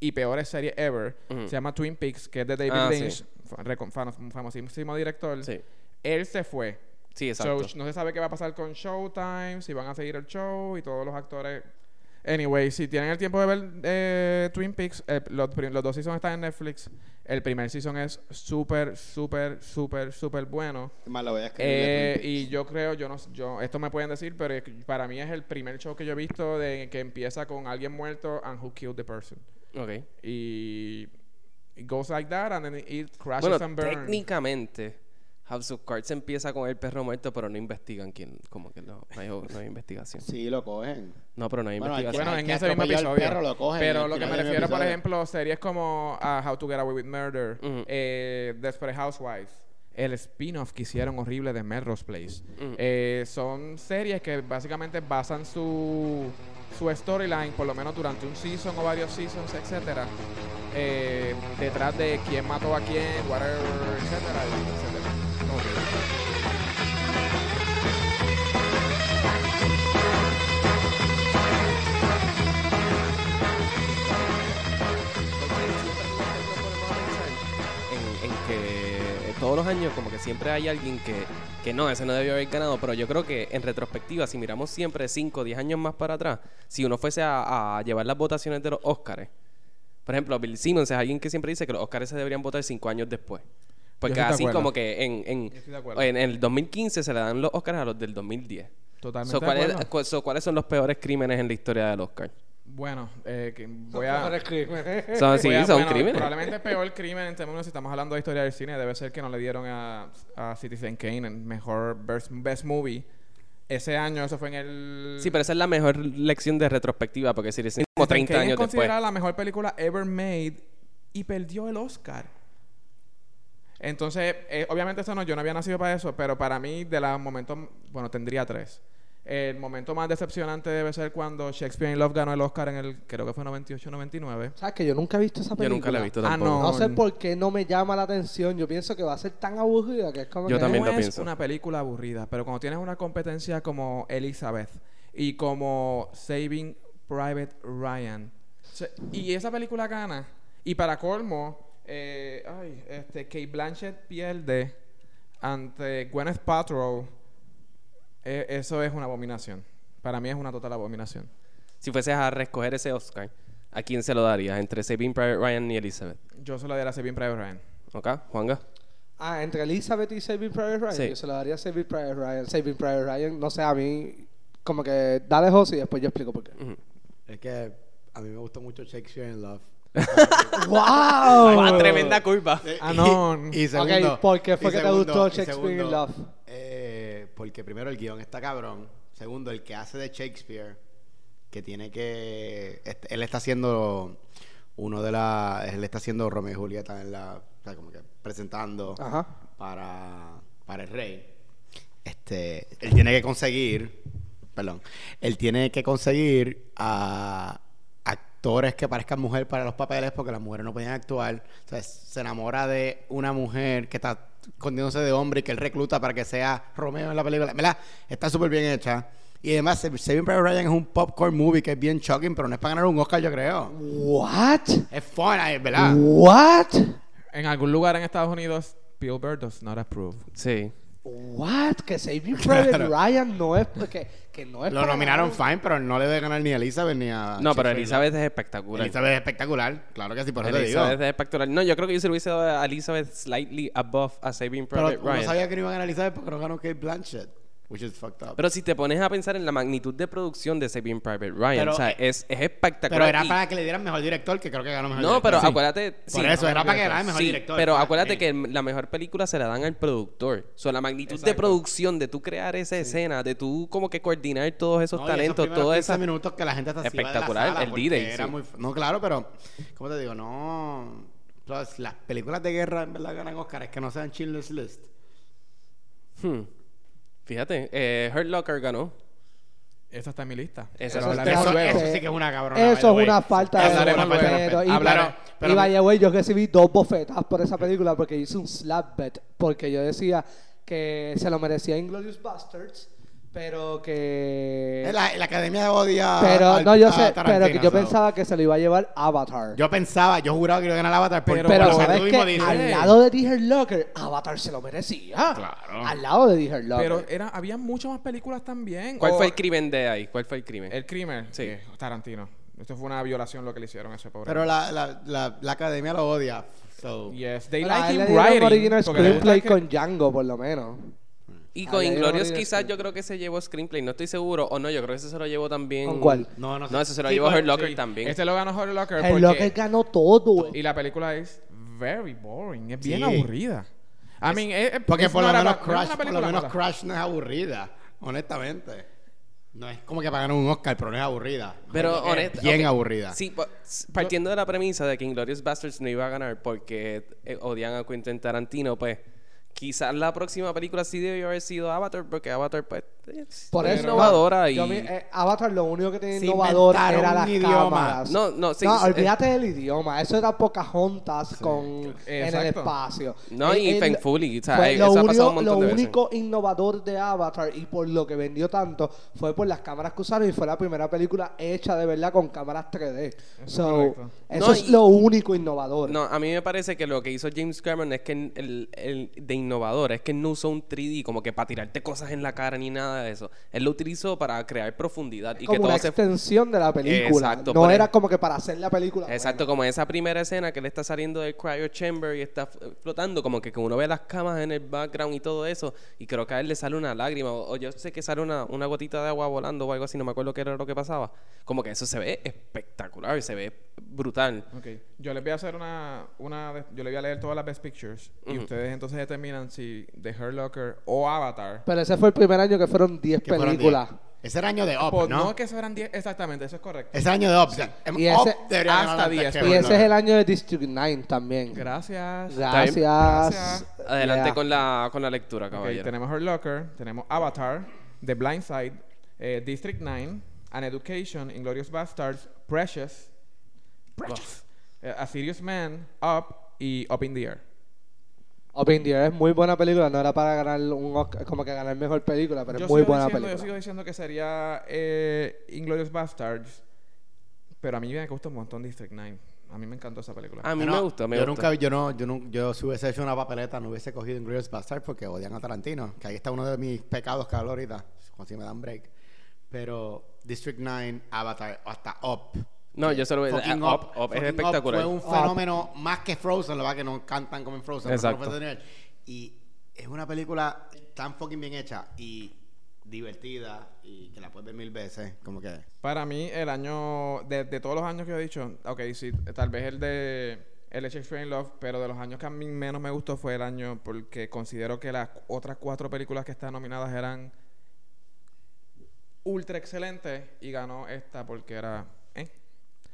Speaker 4: y peores series ever.
Speaker 1: Ujú.
Speaker 4: Se llama Twin Peaks, que es de David
Speaker 1: Ah, sí.
Speaker 4: Lynch, fa- recon- fan- un famosísimo director.
Speaker 1: Sí.
Speaker 4: Él se fue.
Speaker 1: Sí,
Speaker 4: So,
Speaker 1: exacto.
Speaker 4: no se sabe qué va a pasar con Showtime, si van a seguir el show y todos los actores. Anyway, si tienen el tiempo de ver eh, Twin Peaks, eh, los, prim- los dos seasons están en Netflix. El primer season es súper, súper, súper, súper bueno.
Speaker 5: Más lo voy a escribir.
Speaker 4: Eh, y yo creo, yo no s- yo, esto me pueden decir, pero es que para mí es el primer show que yo he visto de que empieza con alguien muerto and who killed the person.
Speaker 1: Ok.
Speaker 4: Y it goes like that and then it crashes
Speaker 1: Bueno,
Speaker 4: and burns.
Speaker 1: técnicamente House of Cards empieza con el perro muerto, pero no investigan quién, como que no, no hay, no hay investigación.
Speaker 5: Sí, lo cogen.
Speaker 1: No, pero no hay
Speaker 5: Bueno, aquí-
Speaker 1: investigación.
Speaker 4: Bueno,
Speaker 5: Hay
Speaker 4: en
Speaker 5: que
Speaker 4: ese mismo
Speaker 5: atropellar al
Speaker 4: episodio.
Speaker 5: perro, lo cogen
Speaker 4: pero
Speaker 5: al
Speaker 4: lo que
Speaker 5: final
Speaker 4: me
Speaker 5: del
Speaker 4: refiero, por
Speaker 5: episodio.
Speaker 4: ejemplo, series como a How to Get Away with Murder,
Speaker 1: Ujú.
Speaker 4: eh, Desperate Housewives, el spin-off que hicieron horrible de Melrose Place. Eh, son series que básicamente basan su, su storyline, por lo menos durante un season o varios seasons, etcétera, eh, detrás de quién mató a quién, whatever, etcétera, etcétera.
Speaker 1: en, en que todos los años como que siempre hay alguien que, que no, ese no debió haber ganado, pero yo creo que en retrospectiva, si miramos siempre 5 o 10 años más para atrás, si uno fuese a, a llevar las votaciones de los Óscares, por ejemplo, Bill Simmons es alguien que siempre dice que los Óscares se deberían votar 5 años después. Porque
Speaker 4: Yo estoy de
Speaker 1: así
Speaker 4: acuerdo.
Speaker 1: como que en, en,
Speaker 4: Yo estoy de acuerdo.
Speaker 1: en el 2015 se le dan los Óscares a los del 2010.
Speaker 4: Totalmente.
Speaker 1: So,
Speaker 4: de
Speaker 1: ¿cuál es-
Speaker 4: acuerdo.
Speaker 1: cu- so, ¿Cuáles son los peores crímenes en la historia del Oscar?
Speaker 4: Bueno, eh, que voy a...
Speaker 1: Son- sí,
Speaker 4: voy a-
Speaker 1: son
Speaker 4: Eh, bueno,
Speaker 1: crímenes.
Speaker 4: Probablemente el peor crimen en términos, si estamos hablando de historia del cine, debe ser que no le dieron a, a Citizen Kane el mejor best, best movie. Ese año, eso fue en el...
Speaker 1: Sí, pero esa es la mejor lección de retrospectiva, porque si es como
Speaker 4: Citizen
Speaker 1: 30
Speaker 4: Kane
Speaker 1: años
Speaker 4: es
Speaker 1: después.
Speaker 4: considerada la mejor película ever made y perdió el Oscar. Entonces, eh, obviamente eso no, yo no había nacido para eso, pero para mí de los momentos, bueno, tendría tres. El momento más decepcionante debe ser cuando Shakespeare in Love ganó el Oscar en el, creo que fue 98-99.
Speaker 3: ¿Sabes que yo nunca he visto esa
Speaker 1: Yo
Speaker 3: película?
Speaker 1: nunca la he visto
Speaker 4: Ah,
Speaker 1: tampoco.
Speaker 4: no.
Speaker 3: No sé por qué no me llama la atención. Yo pienso que va a ser tan aburrida que es como
Speaker 1: Yo
Speaker 3: que-
Speaker 1: también.
Speaker 4: no
Speaker 1: lo
Speaker 4: es
Speaker 1: pienso.
Speaker 4: una película aburrida, pero cuando tienes una competencia como Elizabeth y como Saving Private Ryan, se- y esa película gana, y para colmo, eh, ay, este, Kate Blanchett pierde ante Gwyneth Paltrow, eh, eso es una abominación. Para mí es una total abominación.
Speaker 1: Si fueses a recoger ese Oscar, ¿a quién se lo darías? Entre Saving Private Ryan y Elizabeth.
Speaker 4: Yo se la daría a Saving Private Ryan.
Speaker 1: ¿Ok? Juanga.
Speaker 3: Ah, entre Elizabeth y Saving Private Ryan.
Speaker 1: Sí.
Speaker 3: Yo se lo daría a Saving Private Ryan. Saving Private Ryan, no sé, a mí como que dale José y después yo explico por qué.
Speaker 2: Es que a mí me gustó mucho Shakespeare in Love.
Speaker 1: ¡Wow! Ah, Tremenda curva.
Speaker 2: Eh.
Speaker 4: Ah, no.
Speaker 2: Y
Speaker 3: Ok,
Speaker 2: segundo,
Speaker 3: ¿por qué fue
Speaker 2: y
Speaker 3: que te gustó Shakespeare in Love?
Speaker 2: eh, porque primero el guión está cabrón. Segundo, el que hace de Shakespeare, que tiene que... este- él está haciendo uno de la... Él está haciendo Romeo y Julieta en la... O sea, como que presentando
Speaker 3: Ajá.
Speaker 2: para, para el rey. Este, él tiene que conseguir, perdón, él tiene que conseguir a actores que parezcan mujer para los papeles porque las mujeres no podían actuar. Entonces se enamora de una mujer que está escondiéndose de hombre y que él recluta para que sea Romeo en la película. ¿Verdad? Está súper bien hecha. Y además, Saving Private Ryan es un popcorn movie que es bien shocking, pero no es para ganar un Oscar, yo creo.
Speaker 3: What?
Speaker 2: Es fun, eh, ¿verdad?
Speaker 3: Uh. What?
Speaker 4: En algún lugar en Estados Unidos, Spielberg does not approve.
Speaker 1: Sí.
Speaker 3: What? Que Saving Private Ryan no es que, que no es
Speaker 2: Lo
Speaker 3: para
Speaker 2: nominaron
Speaker 3: ganar.
Speaker 2: fine, pero no le debe ganar ni a Elizabeth ni a.
Speaker 1: No, pero
Speaker 2: Shakespeare.
Speaker 1: Elizabeth es espectacular.
Speaker 2: Elizabeth es espectacular, claro que sí, por eso te
Speaker 1: Elizabeth
Speaker 2: digo.
Speaker 1: es espectacular. No, yo creo que yo se lo hubiese dado a Elizabeth slightly above a Saving
Speaker 2: Pero
Speaker 1: Private
Speaker 2: tú
Speaker 1: Ryan.
Speaker 2: no sabía que no iban a ganar Elizabeth porque no ganó Kate Blanchett, which is fucked up.
Speaker 1: Pero si te pones a pensar en la magnitud de producción de Saving Private Ryan,
Speaker 2: Pero,
Speaker 1: o sea,
Speaker 2: eh,
Speaker 1: es, es espectacular.
Speaker 2: Pero era
Speaker 1: y-
Speaker 2: para que le dieran mejor director, que creo que ganó mejor
Speaker 1: No,
Speaker 2: director.
Speaker 1: pero
Speaker 2: Sí.
Speaker 1: acuérdate...
Speaker 2: Por eso, era para que ganara mejor
Speaker 1: sí,
Speaker 2: director.
Speaker 1: Pero
Speaker 2: fuck,
Speaker 1: acuérdate
Speaker 2: sí.
Speaker 1: que el- la mejor película se la dan al productor. O sea, la magnitud de
Speaker 4: Exacto.
Speaker 1: producción, de tú crear esa escena, de tú como que coordinar todos esos
Speaker 2: No, y
Speaker 1: talentos,
Speaker 2: primeros
Speaker 1: todas
Speaker 2: 15
Speaker 1: esas...
Speaker 2: minutos que la gente hasta se iba de la
Speaker 1: Espectacular,
Speaker 2: sala
Speaker 1: el
Speaker 2: porque
Speaker 1: D-Day,
Speaker 2: era
Speaker 1: sí.
Speaker 2: muy- No, claro, pero. ¿Cómo te digo? No. Plus, las películas de guerra en verdad ganan Oscar, es que no sean Schindler's List.
Speaker 1: Hmm. Fíjate, eh, Hurt Locker ganó.
Speaker 4: Esa está en mi lista.
Speaker 1: Esa
Speaker 4: Pero
Speaker 1: es-
Speaker 4: hablaremos
Speaker 2: eso-
Speaker 4: luego.
Speaker 2: eso sí que es una cabrona, by the
Speaker 3: Eso
Speaker 2: way.
Speaker 3: es una falta
Speaker 2: Eso
Speaker 3: de
Speaker 2: es una falta de
Speaker 3: respeto.
Speaker 2: respeto.
Speaker 3: Y,
Speaker 2: Hablaron,
Speaker 3: pero-
Speaker 2: pero-
Speaker 3: y vaya, güey, yo recibí dos bofetas por esa película porque hice un slap bet. Porque yo decía que se lo merecía Inglorious Bastards, pero que.
Speaker 2: Eh, La, la academia odia.
Speaker 3: pero
Speaker 2: al-
Speaker 3: no, yo
Speaker 2: a
Speaker 3: sé, pero que
Speaker 2: Tarantino,
Speaker 3: yo
Speaker 2: so.
Speaker 3: pensaba que se lo iba a llevar Avatar.
Speaker 2: Yo pensaba, yo juraba que iba a ganar Avatar, por-
Speaker 4: Pero-
Speaker 2: por
Speaker 3: Pues, pero
Speaker 2: lo que
Speaker 3: ¿sabes
Speaker 2: tú
Speaker 3: qué?
Speaker 2: mismo dices.
Speaker 3: Al lado de The Hurt Locker, Avatar se lo merecía.
Speaker 2: Claro.
Speaker 3: Al lado de The Hurt Locker.
Speaker 4: Pero era, había muchas más películas también.
Speaker 1: ¿Cuál
Speaker 4: O-
Speaker 1: fue el crimen de ahí? ¿Cuál fue el crimen?
Speaker 4: El crimen.
Speaker 1: Sí.
Speaker 4: Eh, Tarantino. Esto fue una violación lo que le hicieron a ese pobre.
Speaker 2: Pero la, la, la, la academia lo odia. So.
Speaker 4: yes, they
Speaker 3: Pero a
Speaker 4: like
Speaker 3: él
Speaker 4: him
Speaker 3: le dieron original
Speaker 4: writing. porque le gusta
Speaker 3: screenplay
Speaker 4: que-
Speaker 3: con Django, por lo menos.
Speaker 1: Y
Speaker 3: Ah,
Speaker 1: con
Speaker 3: ya yo no
Speaker 1: Inglorious
Speaker 3: vi el
Speaker 1: quizás yo
Speaker 3: screenplay.
Speaker 1: creo que se llevó screenplay, no estoy seguro. O no, yo creo que ese se lo llevó también.
Speaker 3: ¿Con cuál?
Speaker 2: No, no sé.
Speaker 1: No, ese se lo
Speaker 2: Sí,
Speaker 1: llevó
Speaker 2: con-
Speaker 1: Hurt Locker
Speaker 4: sí,
Speaker 1: también.
Speaker 4: Este lo ganó Hurt Locker.
Speaker 3: Hurt
Speaker 4: porque-
Speaker 3: Locker ganó todo.
Speaker 4: Y la película es very boring. Es
Speaker 2: Sí.
Speaker 4: bien aburrida. I mean, es- es-
Speaker 2: Porque
Speaker 4: es
Speaker 2: por lo,
Speaker 4: una-
Speaker 2: menos
Speaker 4: no es una
Speaker 2: Crash, por lo
Speaker 4: película
Speaker 2: menos
Speaker 4: mala.
Speaker 2: Crash no es aburrida, honestamente. No es como que para ganar un Oscar, pero no es aburrida.
Speaker 1: Pero
Speaker 2: Es
Speaker 1: honesta-
Speaker 2: eh, bien
Speaker 1: ok.
Speaker 2: aburrida.
Speaker 1: Sí, pa- s- partiendo de la premisa de que Inglorious Bastards no iba a ganar porque eh, odian a Quentin Tarantino, pues quizás la próxima película sí debió haber sido Avatar, porque Avatar pues, es
Speaker 3: Por eso.
Speaker 1: innovadora
Speaker 3: no,
Speaker 1: y...
Speaker 3: yo mi- eh, Avatar lo único que tenía
Speaker 2: Se
Speaker 3: innovador
Speaker 2: inventaron
Speaker 3: era
Speaker 2: un
Speaker 3: las
Speaker 2: idioma.
Speaker 3: cámaras.
Speaker 1: No, no, sí, eh. sí,
Speaker 3: olvídate del idioma. Eso era Pocahontas con, en el
Speaker 4: exacto.
Speaker 3: espacio.
Speaker 1: No, y
Speaker 3: Eh, eh,
Speaker 1: Fengfuli, o sea,
Speaker 3: fue
Speaker 1: eh, eso
Speaker 3: lo
Speaker 1: ha
Speaker 3: único-
Speaker 1: pasado un montón
Speaker 3: Lo
Speaker 1: de veces.
Speaker 3: único innovador de Avatar y por lo que vendió tanto fue por las cámaras que usaron y fue la primera película hecha de verdad con cámaras 3D. So,
Speaker 4: correcto.
Speaker 3: eso
Speaker 1: No,
Speaker 3: es
Speaker 1: y-
Speaker 3: lo único innovador.
Speaker 1: No, a mí me parece que lo que hizo James Cameron es que el, el- de innovador es que él no usó un 3D como que para tirarte cosas en la cara ni nada de eso. Él lo utilizó para crear profundidad y que
Speaker 3: como
Speaker 1: todo
Speaker 3: una
Speaker 1: se
Speaker 3: extensión de la película.
Speaker 1: Exacto,
Speaker 3: no
Speaker 1: por
Speaker 3: era
Speaker 1: ahí.
Speaker 3: como que para hacer la película.
Speaker 1: Exacto, como esa primera escena que él está saliendo del cryo chamber y está f- flotando, como que, que uno ve las camas en el background y todo eso, y creo que a él le sale una lágrima, o, o yo sé que sale una, una gotita de agua volando o algo así, no me acuerdo qué era lo que pasaba. Como que eso se ve espectacular, se ve brutal.
Speaker 4: Ok. Yo les voy a hacer una, una de- yo les voy a leer todas las best pictures y ustedes entonces determinan si The Hurt Locker o Avatar.
Speaker 3: Pero ese fue el primer año que fueron 10
Speaker 2: Que fueron
Speaker 3: películas.
Speaker 2: 10. Ese era año de Up,
Speaker 4: Pues,
Speaker 2: ¿no?
Speaker 4: no, que eso eran 10 exactamente, eso es correcto.
Speaker 2: Ese año de Up. o sea, em-
Speaker 3: Y ese-
Speaker 2: Up debería
Speaker 4: hasta
Speaker 2: ganar antes
Speaker 4: 10,
Speaker 2: que
Speaker 4: pero
Speaker 3: Y
Speaker 2: Hurt
Speaker 3: ese es el
Speaker 2: Locker.
Speaker 3: año de District 9 también.
Speaker 4: Gracias.
Speaker 3: Gracias.
Speaker 1: bien.
Speaker 4: Gracias.
Speaker 1: Adelante
Speaker 3: Yeah.
Speaker 1: con, la, con la lectura,
Speaker 4: Ok,
Speaker 1: caballero.
Speaker 4: tenemos Hurt Locker, tenemos Avatar, The Blind Side, eh, District 9, An Education, Inglorious Bastards, Precious, Precious, eh, A Serious Man, Up y Up in the Air.
Speaker 3: Up in the Air es muy buena película. No era para ganar un Oscar- como que ganar mejor película, pero
Speaker 4: Yo
Speaker 3: es muy
Speaker 4: sigo
Speaker 3: buena
Speaker 4: diciendo- Yo sigo
Speaker 3: película.
Speaker 4: diciendo que sería eh, Inglorious Bastards, pero a mí me gusta un montón District 9. A mí me encantó esa película.
Speaker 1: A mí
Speaker 2: No,
Speaker 1: me
Speaker 2: no,
Speaker 1: gustó, me
Speaker 2: yo
Speaker 1: gustó.
Speaker 2: nunca, yo no, yo no, yo si hubiese hecho una papeleta no hubiese cogido Inglourious Bastard porque odian a Tarantino, que ahí está uno de mis pecados que hablo ahorita, cuando si me dan break. Pero District 9, Avatar, o hasta Up.
Speaker 1: No, yo solo ah,
Speaker 2: Fucking
Speaker 1: Up, Up es
Speaker 2: Fucking
Speaker 1: espectacular.
Speaker 2: Fue un
Speaker 3: Up.
Speaker 2: fenómeno más que Frozen, la verdad que no cantan como en Frozen. pero fue
Speaker 1: Exacto.
Speaker 2: otro nivel. Y es una película tan fucking bien hecha y divertida y que la puedes ver mil veces, como que
Speaker 4: Para mí, el año, de, de todos los años que yo he dicho, ok, sí, tal vez el de el de Shakespeare in Love, pero de los años que a mí menos me gustó fue el año porque considero que las otras cuatro películas que están nominadas eran ultra excelentes y ganó esta porque era, eh,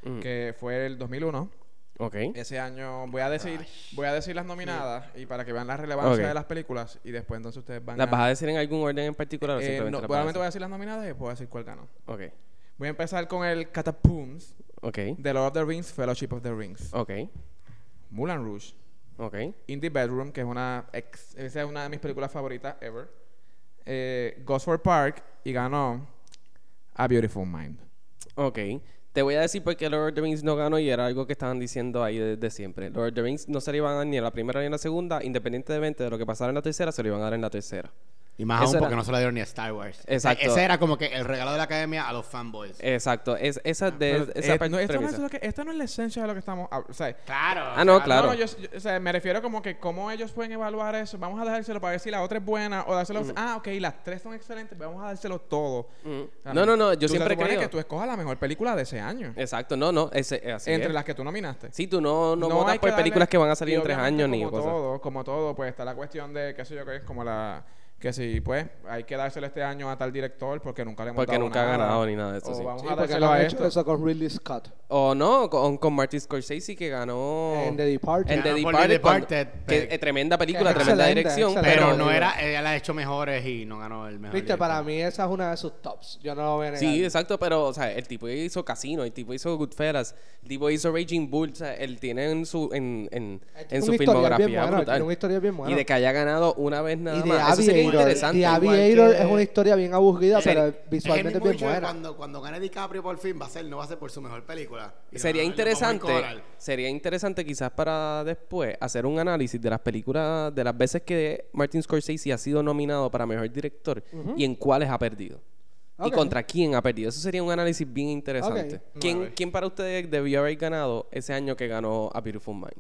Speaker 1: Mm,
Speaker 4: que fue el 2001.
Speaker 1: Ok.
Speaker 4: Ese año voy a decir, voy a decir las nominadas y para que vean la relevancia
Speaker 1: Ok.
Speaker 4: de las películas y después entonces ustedes van
Speaker 1: ¿Las
Speaker 4: a...
Speaker 1: vas a decir en algún orden en particular? o
Speaker 4: Eh,
Speaker 1: simplemente
Speaker 4: no,
Speaker 1: las vas
Speaker 4: probablemente voy a
Speaker 1: a
Speaker 4: decir las nominadas y después voy a decir cuál ganó.
Speaker 1: decir?
Speaker 4: Voy a empezar con el Catapuns.
Speaker 1: Ok,
Speaker 4: The Lord of the Rings, Fellowship of the Rings.
Speaker 1: ok,
Speaker 4: Moulin Rouge.
Speaker 1: ok,
Speaker 4: In the Bedroom, que es una, ex- esa es una de mis películas favoritas ever. Eh, Gosford Park y ganó A Beautiful Mind.
Speaker 1: ok. Te voy a decir por qué Lord of the Rings no ganó y era algo que estaban diciendo ahí desde siempre. Lord of the Rings no se le iban a dar ni en la primera ni en la segunda, independientemente de lo que pasara en la tercera, se le iban a dar en la tercera.
Speaker 2: Y más
Speaker 1: Eso
Speaker 2: aún
Speaker 1: era-
Speaker 2: porque no se lo dieron ni a Star Wars. E-,
Speaker 1: Exacto. Eh,
Speaker 2: Ese era como que el regalo de la academia a los fanboys.
Speaker 1: Exacto, es, esa, de,
Speaker 4: Pero,
Speaker 1: esa
Speaker 4: eh,
Speaker 1: pre-
Speaker 4: no, esto, no
Speaker 1: premisa.
Speaker 4: es lo que- esto no es la esencia de lo que estamos hab- o sea,
Speaker 2: Claro.
Speaker 1: Ah, no,
Speaker 4: No,
Speaker 1: claro.
Speaker 4: no, yo, yo- o sea, me refiero como que cómo ellos pueden evaluar eso. Vamos a dejárselo para ver si la otra es buena o dárselo. Ah, ok, las tres son excelentes, vamos a dárselo todo.
Speaker 1: Mm.
Speaker 4: O sea,
Speaker 1: No, no, no, yo
Speaker 4: tú se
Speaker 1: siempre
Speaker 4: supone
Speaker 1: creo.
Speaker 4: que tú escojas la mejor película de ese año.
Speaker 1: Exacto, no, no, ese, eh, así
Speaker 4: entre
Speaker 1: es.
Speaker 4: las que tú nominaste.
Speaker 1: Sí, tú no, no,
Speaker 4: hay
Speaker 1: votas por
Speaker 4: darle-
Speaker 1: películas que van a salir
Speaker 4: y
Speaker 1: en tres
Speaker 4: obviamente
Speaker 1: años ni
Speaker 4: como
Speaker 1: cosas.
Speaker 4: todo, como todo, pues está la cuestión de, qué sé yo, que es como la... Que si, pues, hay que dárselo este año a tal director porque nunca le hemos
Speaker 1: Porque
Speaker 4: dado
Speaker 1: nunca ha
Speaker 4: nada.
Speaker 1: ganado ni nada de eso,
Speaker 4: O
Speaker 1: sí.
Speaker 4: vamos
Speaker 3: Sí,
Speaker 4: a
Speaker 3: porque
Speaker 4: dárselo
Speaker 3: lo
Speaker 4: a
Speaker 3: han hecho
Speaker 4: esto.
Speaker 3: eso con Ridley Scott.
Speaker 1: O no, con, con Martin Scorsese que ganó
Speaker 3: En The Departed.
Speaker 1: En The
Speaker 2: Ganó Ah, por The
Speaker 1: Departed, cuando-
Speaker 2: Departed,
Speaker 1: que,
Speaker 2: pero-
Speaker 1: eh, tremenda película,
Speaker 3: Que es
Speaker 1: tremenda
Speaker 3: excelente,
Speaker 1: dirección.
Speaker 3: excelente.
Speaker 2: Pero
Speaker 3: Pero-
Speaker 2: no era, ella la ha hecho mejores y no ganó el mejor.
Speaker 3: Viste, para
Speaker 2: director.
Speaker 3: mí esa es una de sus tops. Yo no lo voy a negar.
Speaker 1: Sí, exacto, pero o sea, el tipo hizo Casino, el tipo hizo Goodfellas, el tipo hizo Raging Bull, o sea, él tiene en su en, en,
Speaker 3: Él
Speaker 1: en
Speaker 3: tiene
Speaker 1: su
Speaker 3: un historial
Speaker 1: filmografía
Speaker 3: bien bueno, él
Speaker 1: brutal.
Speaker 3: tiene un historial bien bueno.
Speaker 1: Y de que haya ganado una vez nada
Speaker 3: Y The
Speaker 1: más, eso sería
Speaker 3: Aviator.
Speaker 1: interesante.
Speaker 2: igual
Speaker 3: The Aviator
Speaker 2: que-
Speaker 3: es una historia bien aburrida,
Speaker 2: Es el-
Speaker 3: pero
Speaker 2: es
Speaker 3: visualmente
Speaker 2: el
Speaker 3: es
Speaker 2: mismo
Speaker 3: bien
Speaker 2: hecho de
Speaker 3: buena.
Speaker 2: Cuando, cuando gane DiCaprio por fin, va a ser, no va a ser por su mejor película. Y
Speaker 1: Sería
Speaker 2: no, no,
Speaker 1: interesante,
Speaker 2: vamos a cobrar.
Speaker 1: sería interesante quizás para después hacer un análisis de las películas, de las veces que Martin Scorsese ha sido nominado para mejor director y en cuáles ha perdido. Y
Speaker 3: Ok.
Speaker 1: contra quién ha perdido. Eso sería un análisis bien interesante.
Speaker 3: Ok.
Speaker 1: ¿Quién, ¿Quién para ustedes debió haber ganado ese año que ganó A Beautiful Mind?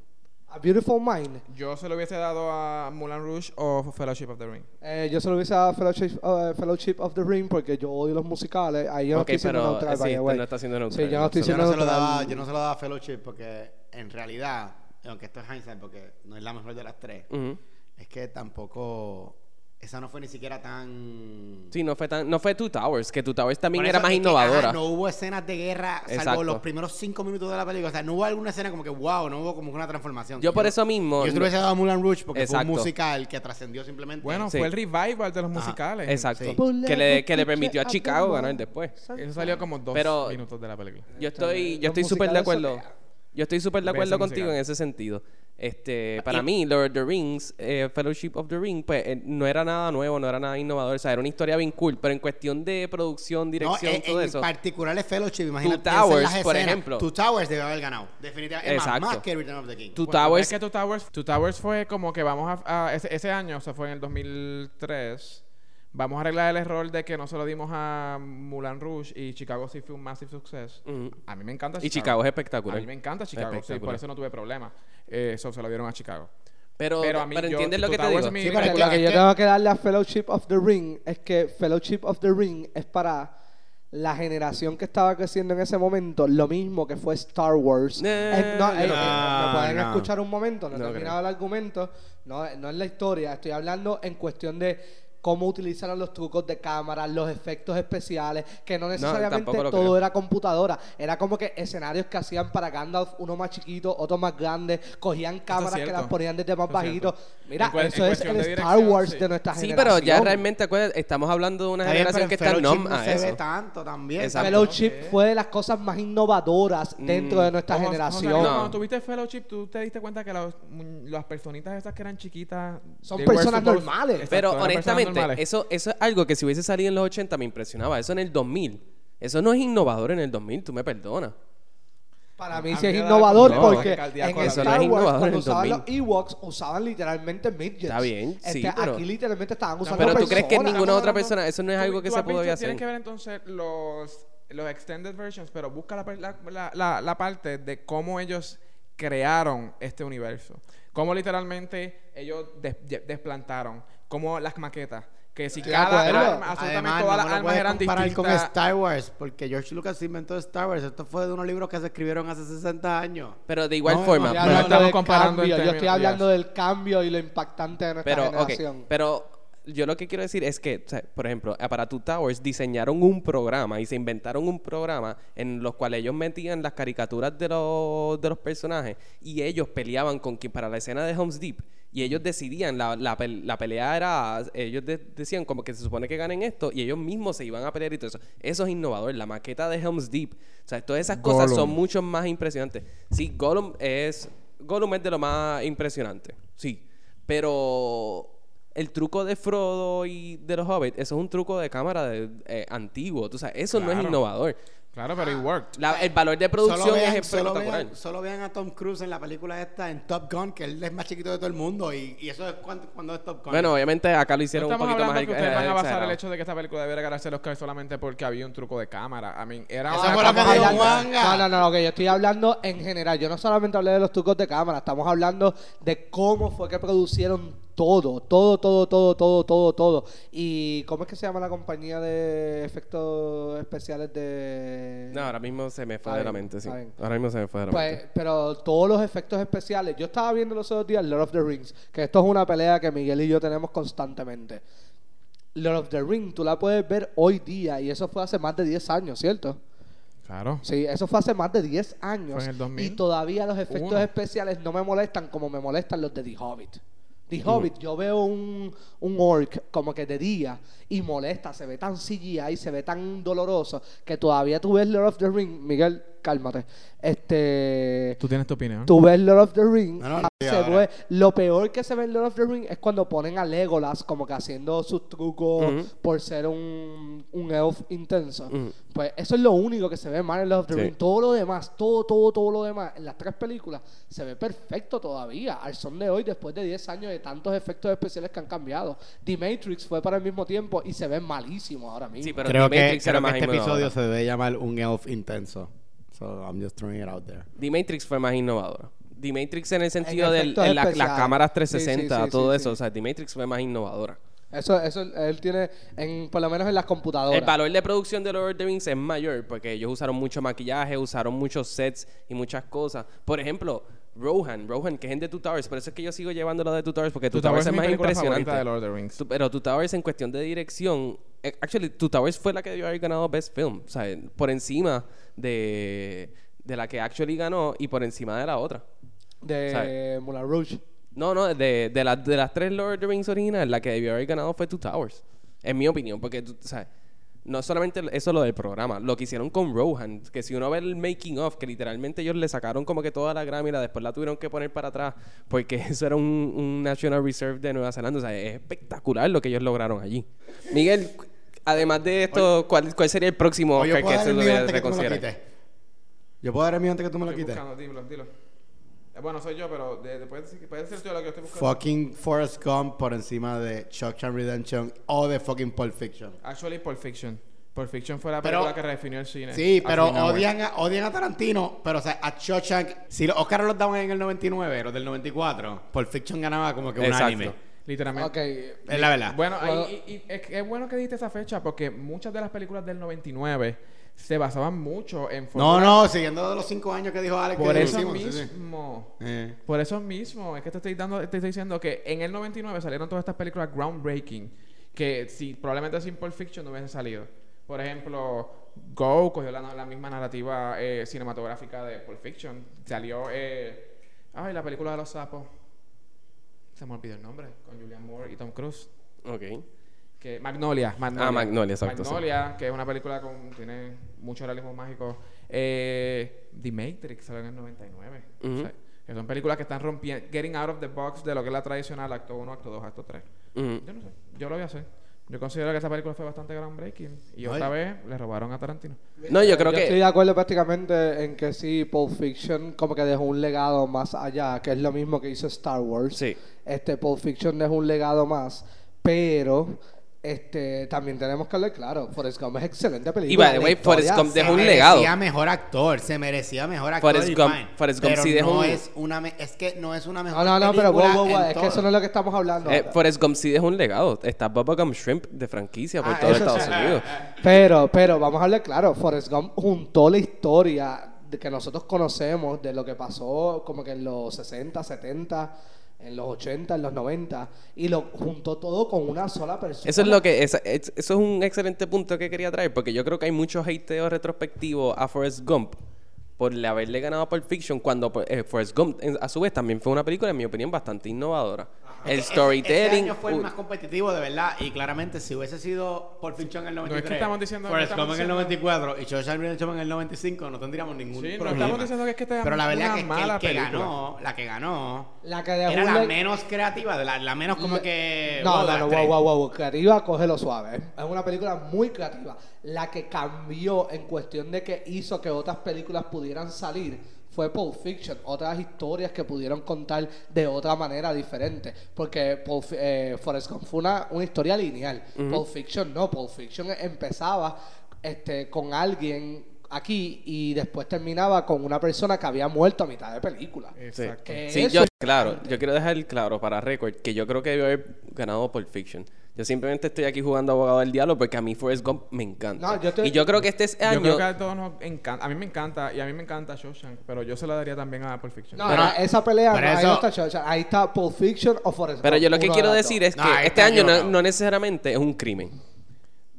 Speaker 3: A Beautiful Mind.
Speaker 4: Yo se lo hubiese dado a Moulin Rouge o Fellowship of the Ring.
Speaker 3: Eh, yo se lo hubiese dado a Fellowship, eh, Fellowship of the Ring porque yo odio los musicales. Ahí
Speaker 1: Ok,
Speaker 3: yo no estoy siendo
Speaker 1: pero,
Speaker 3: neutral,
Speaker 1: sí,
Speaker 3: by the
Speaker 1: este
Speaker 3: way.
Speaker 1: no está siendo
Speaker 3: Sí,
Speaker 1: neutral,
Speaker 3: yo no estoy
Speaker 1: absolutamente.
Speaker 2: Yo
Speaker 3: siendo
Speaker 2: no, se lo
Speaker 3: neutral.
Speaker 2: daba, yo no se lo daba a Fellowship porque en realidad, aunque esto es hindsight porque no es la mejor de las tres,
Speaker 1: Ujú.
Speaker 2: es que tampoco... Esa no fue ni siquiera tan...
Speaker 1: Sí, no fue tan, no fue Two Towers, que Two Towers también
Speaker 2: Por
Speaker 1: era
Speaker 2: eso
Speaker 1: más
Speaker 2: es que,
Speaker 1: innovadora.
Speaker 2: ajá, no hubo escenas de guerra, salvo
Speaker 1: Exacto.
Speaker 2: los primeros cinco minutos de la película. O sea, no hubo alguna escena como que wow, no hubo como una transformación.
Speaker 1: Yo por eso mismo-
Speaker 2: Yo te hubiese dado a Mulan Rouge porque fue
Speaker 1: Exacto.
Speaker 2: un musical que trascendió simplemente.
Speaker 4: Bueno,
Speaker 1: Sí.
Speaker 4: fue el revival de los
Speaker 2: Ajá,
Speaker 4: musicales.
Speaker 1: Exacto.
Speaker 2: Sí.
Speaker 1: Que, le, que le permitió a Chicago ganar después.
Speaker 4: Eso salió como dos
Speaker 1: Pero-
Speaker 4: minutos de la película.
Speaker 1: Yo estoy,
Speaker 3: Los
Speaker 1: yo estoy súper de
Speaker 3: musicales
Speaker 1: acuerdo.
Speaker 3: son-
Speaker 1: Yo estoy súper de
Speaker 4: Ve ese
Speaker 1: acuerdo contigo
Speaker 4: musical.
Speaker 1: en ese sentido. Este, para mí, Lord of the Rings, eh, Fellowship of the Ring, pues eh, no era nada nuevo, no era nada innovador, o sea, era una historia bien cool, pero en cuestión de producción,
Speaker 2: No,
Speaker 1: dirección,
Speaker 2: en,
Speaker 1: todo
Speaker 2: en
Speaker 1: eso.
Speaker 2: particular es Fellowship, imagínate.
Speaker 1: Two
Speaker 2: piensa en
Speaker 1: Towers,
Speaker 2: las
Speaker 1: por
Speaker 2: escenas.
Speaker 1: ejemplo.
Speaker 2: Two Towers debe haber ganado. Definitivamente. Es más,
Speaker 1: Exacto.
Speaker 2: más que Return of the King.
Speaker 1: Two
Speaker 4: Bueno,
Speaker 1: Towers,
Speaker 4: Es que Two Towers, Two Towers fue como que vamos a. a- ese, ese año, o sea, fue en el 2003. Vamos a arreglar el error de que no se lo dimos a Mulan Rouge y Chicago sí fue un massive success.
Speaker 1: Ujú.
Speaker 4: A mí me encanta
Speaker 1: y Chicago es espectacular.
Speaker 4: A mí me encanta Chicago, sí, por
Speaker 1: Espectacular.
Speaker 4: eso no tuve problema. Eh, Eso se lo dieron a Chicago.
Speaker 1: Pero,
Speaker 4: Pero a mí
Speaker 1: pero
Speaker 4: yo-
Speaker 1: entiendes lo
Speaker 4: Two
Speaker 1: que te
Speaker 4: Towers
Speaker 1: digo.
Speaker 4: es mi-
Speaker 2: Sí,
Speaker 4: mi
Speaker 2: pero
Speaker 3: Pero
Speaker 2: es
Speaker 4: película.
Speaker 3: lo que yo
Speaker 2: que-
Speaker 3: tengo que darle a Fellowship of the Ring es que Fellowship of the Ring es para la generación que estaba creciendo en ese momento, lo mismo que fue Star Wars.
Speaker 1: No,
Speaker 3: Es- no, eh,
Speaker 1: no,
Speaker 3: eh, ¿me pueden
Speaker 2: no.
Speaker 3: escuchar un momento, no he
Speaker 1: No
Speaker 3: terminado el argumento, no, eh, no es la historia, estoy hablando en cuestión de cómo utilizaron los trucos de cámara, los efectos especiales, que no necesariamente
Speaker 1: tampoco lo
Speaker 3: todo
Speaker 1: creo.
Speaker 3: era computadora, era como que escenarios que hacían para Gandalf, uno más chiquito, otro más grande, cogían cámaras que
Speaker 4: cierto.
Speaker 3: las ponían desde más
Speaker 4: Eso es cierto.
Speaker 3: bajito. Mira,
Speaker 4: En cua- en
Speaker 3: eso es el
Speaker 4: cuestión de
Speaker 3: Star
Speaker 4: dirección,
Speaker 3: Wars
Speaker 4: sí.
Speaker 3: de nuestra
Speaker 1: Sí,
Speaker 3: generación.
Speaker 1: pero ya realmente, acuérdate, estamos hablando de una
Speaker 2: Está bien,
Speaker 1: generación
Speaker 2: pero
Speaker 1: que
Speaker 2: en
Speaker 1: está
Speaker 2: Fellowship
Speaker 1: numb
Speaker 2: no
Speaker 1: a
Speaker 2: se ve
Speaker 1: eso.
Speaker 2: tanto también.
Speaker 1: Exacto.
Speaker 3: Fellowship
Speaker 4: Eh.
Speaker 3: fue de las cosas más innovadoras dentro de nuestra
Speaker 4: Ojo,
Speaker 3: generación.
Speaker 4: José,
Speaker 1: Mm. No.
Speaker 4: Cuando tuviste Fellowship, tú te diste cuenta que las, mm, las personitas estas que eran chiquitas.
Speaker 3: Son
Speaker 4: they were
Speaker 3: personas
Speaker 4: supposed-
Speaker 3: normales.
Speaker 4: Exacto,
Speaker 1: Pero
Speaker 4: eran personas normales.
Speaker 1: honestamente,
Speaker 2: ¿eh?
Speaker 1: eso, eso es algo que si hubiese salido en los 80 me impresionaba. Eso en el 2000. Eso no es innovador en el 2000, tú me perdonas.
Speaker 3: Para mí
Speaker 4: A
Speaker 3: sí
Speaker 4: mí
Speaker 3: es
Speaker 4: me da
Speaker 3: innovador
Speaker 1: como
Speaker 3: porque
Speaker 4: ataque cardíaco
Speaker 3: en
Speaker 4: a la
Speaker 1: vida.
Speaker 3: Star
Speaker 1: Eso no es
Speaker 3: Wars
Speaker 1: innovador en
Speaker 3: cuando usaban los
Speaker 1: 2000.
Speaker 3: Ewoks usaban literalmente midgets.
Speaker 1: Está bien, sí,
Speaker 3: Este,
Speaker 1: pero-
Speaker 3: Aquí literalmente estaban usando
Speaker 1: Pero tú crees que
Speaker 3: personas.
Speaker 1: ninguna otra
Speaker 4: Estamos hablando-
Speaker 1: persona, eso no es
Speaker 4: Tú-
Speaker 1: algo que
Speaker 4: tú
Speaker 1: se
Speaker 4: has visto-
Speaker 1: podría hacer.
Speaker 4: Tienes que ver entonces los, los extended versions, pero busca la, par- la, la- la- la parte de cómo ellos crearon este universo. Cómo literalmente ellos des- ye- desplantaron. Cómo las maquetas. Que si
Speaker 3: Estoy de
Speaker 4: cada
Speaker 3: acuerdo.
Speaker 4: arma, absolutamente
Speaker 2: Además, no
Speaker 4: todas las
Speaker 2: me lo
Speaker 4: armas
Speaker 2: puedes
Speaker 4: eran
Speaker 2: comparar
Speaker 4: distintas.
Speaker 2: con Star Wars, porque George Lucas inventó Star Wars. Esto fue de unos libros que se escribieron hace 60 años.
Speaker 1: Pero de igual
Speaker 2: No,
Speaker 1: forma,
Speaker 3: Estoy
Speaker 4: no,
Speaker 1: pero-
Speaker 3: hablando
Speaker 4: estamos
Speaker 3: del
Speaker 4: comparando en
Speaker 3: cambio, Yo estoy
Speaker 4: términos-
Speaker 3: hablando
Speaker 4: yes.
Speaker 3: del cambio y lo impactante de nuestra
Speaker 1: Pero, ok,
Speaker 3: generación.
Speaker 1: pero yo lo que quiero decir es que, o sea, por ejemplo, eh, para Two Towers diseñaron un programa y se inventaron un programa en los cuales ellos metían las caricaturas de los, de los personajes y ellos peleaban con quien para la escena de Homes Deep. Y ellos decidían, la, la pel- la pelea era, ellos de- decían como que se supone que ganen esto y ellos mismos se iban a pelear y todo eso. Eso es innovador, la maqueta de Helm's Deep. O sea, todas esas cosas son
Speaker 4: Gollum.
Speaker 1: mucho más impresionantes. Sí, Gollum es, Gollum es de lo más impresionante, sí. Pero el truco de Frodo y de los Hobbits, eso es un truco de cámara de- eh, antiguo. Tú sabes, eso no es
Speaker 4: Claro.
Speaker 1: innovador.
Speaker 4: Claro, pero it worked.
Speaker 1: La- el valor de producción
Speaker 2: solo vean,
Speaker 1: es
Speaker 2: solo vean-
Speaker 1: espectacular.
Speaker 2: solo vean a Tom Cruise en la película esta, en Top Gun, que él es más chiquito de todo el mundo. Y, y eso es cuando, cuando es Top Gun.
Speaker 1: Bueno, obviamente acá lo hicieron
Speaker 4: No
Speaker 1: un
Speaker 4: estamos
Speaker 1: poquito
Speaker 4: hablando
Speaker 1: más
Speaker 4: que ustedes
Speaker 1: eh,
Speaker 4: van a basar
Speaker 1: exagerado.
Speaker 4: el hecho de que esta película debiera ganarse el Oscar solamente porque había un truco de cámara. I mean, era
Speaker 2: Eso
Speaker 4: una
Speaker 2: fue lo que
Speaker 4: cámara-
Speaker 2: dijo
Speaker 3: hablando-
Speaker 2: Juan.
Speaker 3: No,
Speaker 2: Juanga.
Speaker 3: no, no, lo que yo estoy hablando en general. Yo no solamente hablé de los trucos de cámara, estamos hablando de cómo fue que producieron todo, todo, todo, todo, todo, todo, todo. ¿Y cómo es que se llama la compañía de efectos especiales de...
Speaker 1: No, ahora mismo se me fue
Speaker 3: Está
Speaker 1: de la
Speaker 3: bien,
Speaker 1: mente, sí.
Speaker 3: está bien.
Speaker 1: Ahora mismo se me fue de la
Speaker 3: Pues,
Speaker 1: mente.
Speaker 3: pero todos los efectos especiales. Yo estaba viendo los otros días Lord of the Rings, que esto es una pelea que Miguel y yo tenemos constantemente. Lord of the Rings, tú la puedes ver hoy día, y eso fue hace más de 10 años, ¿cierto?
Speaker 4: Claro.
Speaker 3: Sí, eso fue hace más de 10 años.
Speaker 4: Fue en el 2000.
Speaker 3: Y todavía los efectos
Speaker 4: Uno.
Speaker 3: especiales no me molestan como me molestan los de The Hobbit. The Hobbit, yo veo un, un orc como que de día y molesta, se ve tan CGI, se ve tan doloroso que todavía tú ves Lord of the Ring. Miguel, cálmate. Este.
Speaker 4: Tú tienes tu opinión.
Speaker 3: Tú ves Lord of the Ring.
Speaker 2: No, no,
Speaker 3: y
Speaker 2: sí,
Speaker 3: se
Speaker 2: ahora.
Speaker 3: ve- lo peor que se ve en Lord of the Ring es cuando ponen a Legolas como que haciendo sus trucos
Speaker 1: Ujú.
Speaker 3: por ser un, un elf intenso.
Speaker 1: Ujú.
Speaker 3: Pues eso es lo único que se ve mal en Lord of the
Speaker 1: Sí.
Speaker 3: Ring. Todo lo demás, todo, todo, todo lo demás, en las tres películas, se ve perfecto todavía. Al son de hoy, después de 10 años de tantos efectos especiales que han cambiado. The Matrix fue para el mismo tiempo y se ve malísimo ahora mismo.
Speaker 1: sí, pero
Speaker 2: creo
Speaker 1: The
Speaker 2: que,
Speaker 1: Matrix era
Speaker 2: creo que
Speaker 1: más
Speaker 2: este episodio
Speaker 1: innovador.
Speaker 2: se debe llamar Un Elf Intenso. So I'm just throwing it out there.
Speaker 1: The Matrix fue más innovador. The Matrix en el sentido
Speaker 3: En
Speaker 1: de
Speaker 3: efectos
Speaker 1: las
Speaker 3: especiales.
Speaker 1: cámaras
Speaker 3: Sí,
Speaker 1: 360,
Speaker 3: sí, sí,
Speaker 1: todo
Speaker 3: sí,
Speaker 1: eso.
Speaker 3: sí.
Speaker 1: O sea, The Matrix fue más innovadora.
Speaker 3: Eso, eso él tiene, en, por lo menos en las computadoras.
Speaker 1: El valor de producción de Lord of the Rings es mayor porque ellos usaron mucho maquillaje, usaron muchos sets y muchas cosas. Por ejemplo, Rohan, Rohan, que es de Two Towers, por eso es que yo sigo llevando lo de Two Towers porque Two,
Speaker 4: Two Towers
Speaker 1: Towers,
Speaker 4: es mi
Speaker 1: es más
Speaker 4: película
Speaker 1: impresionante.
Speaker 4: favorita de Lord of the Rings.
Speaker 1: Tu- Pero Two Towers en cuestión de dirección, eh, actually Two Towers fue la que debió haber ganado Best Film, o sea, por encima de, de la que actually ganó y por encima de la otra.
Speaker 3: de
Speaker 1: ¿sabes?
Speaker 3: Moulin Rouge.
Speaker 1: No, no, de, de, las- de las tres Lord of the Rings originales, la que debió haber ganado fue Two Towers. En mi opinión, porque tú, o sea, No solamente eso lo del programa, lo que hicieron con Rohan, que si uno ve el making of, que literalmente ellos le sacaron como que toda la Grammy y la después la tuvieron que poner para atrás, porque eso era un, un National Reserve de Nueva Zelanda. O sea, es espectacular lo que ellos lograron allí. Miguel, además de esto, ¿cuál, cuál sería el próximo
Speaker 2: O Pues yo
Speaker 1: Oscar que
Speaker 2: puedo dar
Speaker 1: se
Speaker 2: el mío
Speaker 1: debería
Speaker 2: antes que tú me lo
Speaker 1: reconsiderar?
Speaker 2: quites. Yo puedo dar el mío antes que tú me lo
Speaker 4: Estoy
Speaker 2: quites.
Speaker 4: buscando, dilo, dilo. Eh, Bueno, soy yo, pero de- de- puede ser- puede ser tú la que estoy buscando.
Speaker 2: Fucking Forrest Gump por encima de Shawshank Redemption o de fucking Pulp Fiction.
Speaker 4: Actually, Pulp Fiction. Pulp Fiction fue la
Speaker 2: Pero-
Speaker 4: película que redefinió el
Speaker 1: Eh,
Speaker 4: cine.
Speaker 2: Sí, pero
Speaker 4: Al fin y al
Speaker 2: odian a, odian a Tarantino, pero o sea, a Shawshank... Si los Oscar los daban en el 99, los del 94, Pulp Fiction ganaba como que un
Speaker 1: Exacto.
Speaker 2: anime.
Speaker 4: cabo. Literalmente.
Speaker 3: Ok.
Speaker 2: Es la verdad.
Speaker 4: Bueno, ahí-
Speaker 3: Bueno.
Speaker 4: y- y es, es bueno que diste esa fecha porque muchas de las películas del 99 se basaban mucho en...
Speaker 2: no,
Speaker 4: fórmulas-
Speaker 2: no, siguiendo de los cinco años que dijo Alex.
Speaker 4: Por
Speaker 2: que
Speaker 4: eso
Speaker 2: hicimos, sí, sí.
Speaker 4: mismo.
Speaker 2: Eh.
Speaker 4: Por eso mismo, es que te estoy dando, te estoy diciendo que en el 99 salieron todas estas películas groundbreaking que si probablemente sin Pulp Fiction no hubiesen salido. Por ejemplo, Go cogió la, la misma narrativa eh, cinematográfica de Pulp Fiction. Salió, eh, ay, la película de los sapos. Se me olvidó el nombre, con Julian Moore y Tom Cruise.
Speaker 1: Ok.
Speaker 4: Que Magnolia, Magnolia.
Speaker 1: Ah, Magnolia, exacto, sí.
Speaker 4: Magnolia, que es una película con tiene mucho realismo mágico. Eh, The Matrix salió en el 99.
Speaker 1: Ujú.
Speaker 4: O sea, que son películas que están rompiendo, getting out of the box de lo que es la tradicional, acto 1, acto 2, acto 3.
Speaker 1: Ujú.
Speaker 4: Yo no sé, yo lo voy a hacer. Yo considero que esa película fue bastante groundbreaking. Y otra vez le robaron a Tarantino.
Speaker 1: No, yo creo
Speaker 3: Yo
Speaker 1: que...
Speaker 3: estoy de acuerdo prácticamente en que sí, Pulp Fiction como que dejó un legado más allá, que es lo mismo que hizo Star Wars.
Speaker 1: Sí.
Speaker 3: Este Pulp Fiction dejó un legado más, pero este también tenemos que hablar claro, Forrest Gump es excelente película.
Speaker 1: Y by the
Speaker 3: la
Speaker 1: way, Forrest
Speaker 3: historia
Speaker 1: Gump
Speaker 3: se-
Speaker 1: dejó un
Speaker 2: merecía
Speaker 1: legado.
Speaker 2: mejor actor, se merecía mejor actor.
Speaker 1: Forrest
Speaker 2: y
Speaker 1: Gump-
Speaker 2: fine.
Speaker 1: Forrest Gump
Speaker 2: Pero
Speaker 1: sí dejó
Speaker 2: no
Speaker 1: un-
Speaker 2: es una me- es que no es una mejor
Speaker 3: No, no, no, pero wow,
Speaker 2: película
Speaker 3: wow, wow,
Speaker 2: en
Speaker 3: es que
Speaker 2: todo.
Speaker 3: eso no es lo que estamos hablando.
Speaker 1: Eh, Forrest Gump sí dejó un legado. Está Bubblegum Shrimp de franquicia por
Speaker 3: Ah,
Speaker 1: todo
Speaker 3: eso sí.
Speaker 1: Estados Unidos.
Speaker 3: Pero, pero, vamos a hablar claro, Forrest Gump juntó la historia de que nosotros conocemos de lo que pasó como que en los 60, 70, en los 80, en los 90, y lo juntó todo con una sola persona.
Speaker 1: Eso es lo que esa- es- eso es un excelente punto que quería traer porque yo creo que hay muchos hateos retrospectivos a Forrest Gump por le haberle ganado por Fiction cuando pues, eh, Forrest Gump en- a su vez también fue una película en mi opinión bastante innovadora. El
Speaker 2: e-, Ese- Ese
Speaker 1: storytelling
Speaker 2: año fue el
Speaker 1: uh,
Speaker 2: más competitivo, de verdad. Y claramente, si hubiese sido por Finchón en el
Speaker 4: es que
Speaker 2: 93,
Speaker 4: estamos diciendo-
Speaker 2: Forrest
Speaker 4: estamos
Speaker 2: Gump en el
Speaker 4: diciendo-
Speaker 2: 94 y George Redemption en el 95, no tendríamos ningún
Speaker 4: Sí, no
Speaker 2: problema.
Speaker 4: estamos diciendo que es que esta es
Speaker 2: Pero la
Speaker 4: una
Speaker 2: verdad que es que,
Speaker 4: mala
Speaker 2: el que
Speaker 4: película.
Speaker 2: ganó, la que ganó,
Speaker 3: La que dejó
Speaker 2: era
Speaker 3: un
Speaker 2: la
Speaker 3: le-
Speaker 2: menos creativa, de la, la menos como que...
Speaker 3: No,
Speaker 2: wow, de
Speaker 3: no, no,
Speaker 2: las
Speaker 3: wow,
Speaker 2: tres.
Speaker 3: wow, wow, creativa, cógelo suave. ¿eh? Es una película muy creativa. La que cambió en cuestión de que hizo que otras películas pudieran salir fue Pulp Fiction, otras historias que pudieron contar de otra manera diferente. Porque Pulp, Fi- eh, Forrest Gump fue una, una historia lineal. Pulp Fiction no, Pulp Fiction empezaba este, con alguien aquí y después terminaba con una persona que había muerto a mitad de película.
Speaker 2: Eh,
Speaker 1: Sí,
Speaker 4: Exacto.
Speaker 3: Que
Speaker 1: Sí,
Speaker 3: eso
Speaker 1: yo,
Speaker 3: es-
Speaker 1: claro, yo quiero dejar claro para récord que yo creo que debió haber ganado por Fiction. Yo simplemente estoy aquí jugando abogado del diablo porque a mí Forrest Gump me encanta.
Speaker 3: No, yo estoy-
Speaker 1: Y yo creo que este es
Speaker 4: Yo creo
Speaker 1: año
Speaker 4: que a todos nos encanta. A mí me encanta y a mí me encanta Shawshank, pero yo se la daría también a Pulp Fiction.
Speaker 3: No,
Speaker 2: Pero-
Speaker 3: no, esa pelea
Speaker 2: pero
Speaker 3: no, ahí
Speaker 2: eso-
Speaker 3: no está Churchill. Ahí está Pulp Fiction o Forrest
Speaker 1: Pero
Speaker 3: Gump,
Speaker 1: yo lo que
Speaker 3: uno de
Speaker 1: quiero
Speaker 3: las
Speaker 1: decir
Speaker 3: dos.
Speaker 1: es que
Speaker 2: No,
Speaker 1: este
Speaker 2: ahí está
Speaker 1: año no,
Speaker 2: equivocado.
Speaker 1: no necesariamente es un crimen.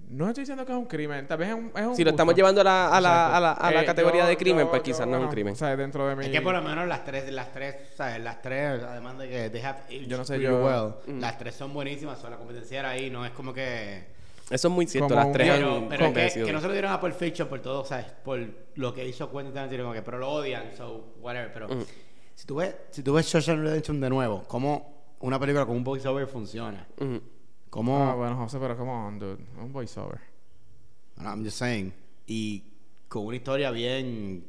Speaker 4: No estoy diciendo que es un crimen, tal vez es un, es un
Speaker 1: Si lo estamos
Speaker 4: gusto.
Speaker 1: llevando a la, a la, a la, a la
Speaker 4: Eh,
Speaker 1: categoría
Speaker 4: yo-
Speaker 1: de crimen,
Speaker 4: yo-
Speaker 1: pues
Speaker 4: yo,
Speaker 1: quizás no es un
Speaker 4: bueno,
Speaker 1: crimen.
Speaker 4: O sea, dentro de mi...
Speaker 2: Es que por lo menos las tres, las tres, ¿sabes? Las tres, además de que they have aged
Speaker 4: Yo no sé,
Speaker 2: pretty
Speaker 4: yo-
Speaker 1: Mm.
Speaker 2: well, las tres son buenísimas, o sea, la competencia era ahí, no es como que...
Speaker 1: Eso es muy cierto,
Speaker 4: Como
Speaker 1: las
Speaker 4: un-
Speaker 1: tres han
Speaker 2: Pero, pero es que,
Speaker 1: convencido.
Speaker 2: que no se lo dieron a Pulp Fiction por todo, ¿sabes? Por lo que hizo Quentin Tarantino, como que, pero lo odian, so whatever. Pero
Speaker 4: Mm.
Speaker 2: si tú ves, si tú ves Shawshank Redemption de nuevo, cómo una película con un voiceover funciona.
Speaker 1: Ujú.
Speaker 2: Cómo,
Speaker 4: Ah, bueno, José, pero come on, dude. Un voiceover.
Speaker 2: I'm just saying, y con una historia bien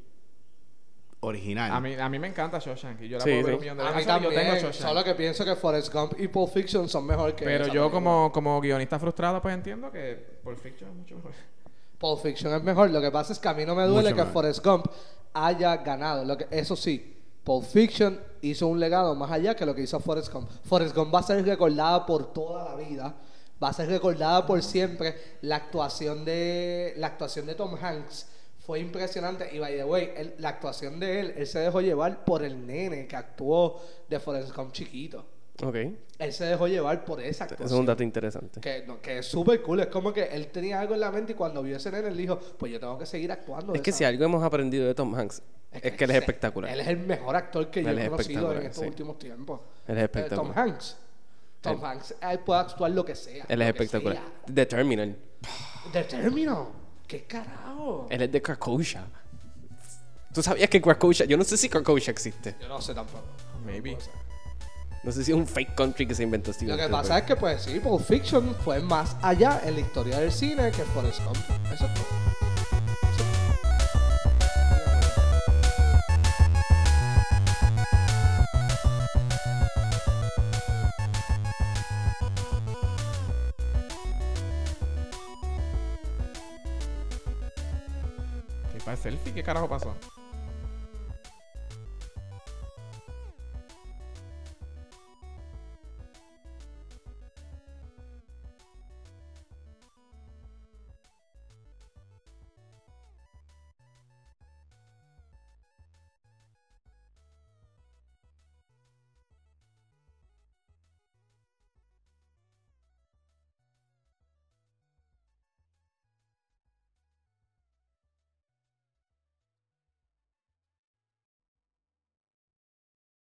Speaker 2: original.
Speaker 4: A mí, a mí me encanta Shawshank y yo la
Speaker 1: Sí,
Speaker 4: puedo ver
Speaker 1: sí.
Speaker 4: un millón de
Speaker 3: A
Speaker 4: veces.
Speaker 3: mí
Speaker 4: Eso yo tengo
Speaker 3: también,
Speaker 4: Shawshank.
Speaker 3: solo que pienso que Forrest Gump y Pulp Fiction son mejor que
Speaker 4: Pero
Speaker 3: esa
Speaker 4: yo
Speaker 3: película.
Speaker 4: como, como guionista frustrado, pues entiendo que Pulp Fiction es mucho mejor.
Speaker 3: Pulp Fiction es mejor, lo que pasa es que a mí no me duele
Speaker 2: Mucho
Speaker 3: que
Speaker 2: más.
Speaker 3: Forrest Gump haya ganado, lo que, eso sí, Pulp Fiction hizo un legado más allá que lo que hizo Forrest Gump. Forrest Gump va a ser recordada por toda la vida, va a ser recordada por siempre. La actuación de la actuación de Tom Hanks fue impresionante y by the way, él- la actuación de él, él se dejó llevar por el nene que actuó de Forrest Gump chiquito.
Speaker 1: Ok,
Speaker 3: Él se dejó llevar por esa
Speaker 1: eso
Speaker 3: actuación.
Speaker 1: es un dato interesante.
Speaker 3: Que, no, que es súper cool. Es como que él tenía algo en la mente y cuando vio ese nene, él dijo, pues yo tengo que seguir actuando. de
Speaker 1: Es que
Speaker 3: esa
Speaker 1: si algo hemos aprendido de Tom Hanks,
Speaker 3: manera".
Speaker 1: es que él es espectacular.
Speaker 3: Él es el mejor actor que yo
Speaker 1: Él es
Speaker 3: he conocido en
Speaker 1: espectacular,
Speaker 3: estos
Speaker 1: sí.
Speaker 3: últimos tiempos.
Speaker 1: Él es
Speaker 3: Eh, Tom
Speaker 1: espectacular.
Speaker 3: Hanks. Tom
Speaker 1: Él-
Speaker 3: Hanks, él puede actuar lo que sea.
Speaker 1: Él
Speaker 3: lo
Speaker 1: es
Speaker 3: que
Speaker 1: espectacular.
Speaker 3: sea.
Speaker 1: The Terminal.
Speaker 3: The Terminal. ¿Qué carajo?
Speaker 1: Él es de Krakosha. ¿Tú sabías que Krakosha? Yo no sé si Krakosha existe.
Speaker 3: Yo no sé tampoco.
Speaker 4: Maybe.
Speaker 1: No sé si es un fake country que se inventó Steven
Speaker 3: Lo que
Speaker 1: Spielberg.
Speaker 3: pasa es que, pues sí, Pulp Fiction fue más allá en la historia del cine que Forrest Gump. Eso es todo.
Speaker 4: ¿Qué pasa, selfie? ¿Qué carajo pasó?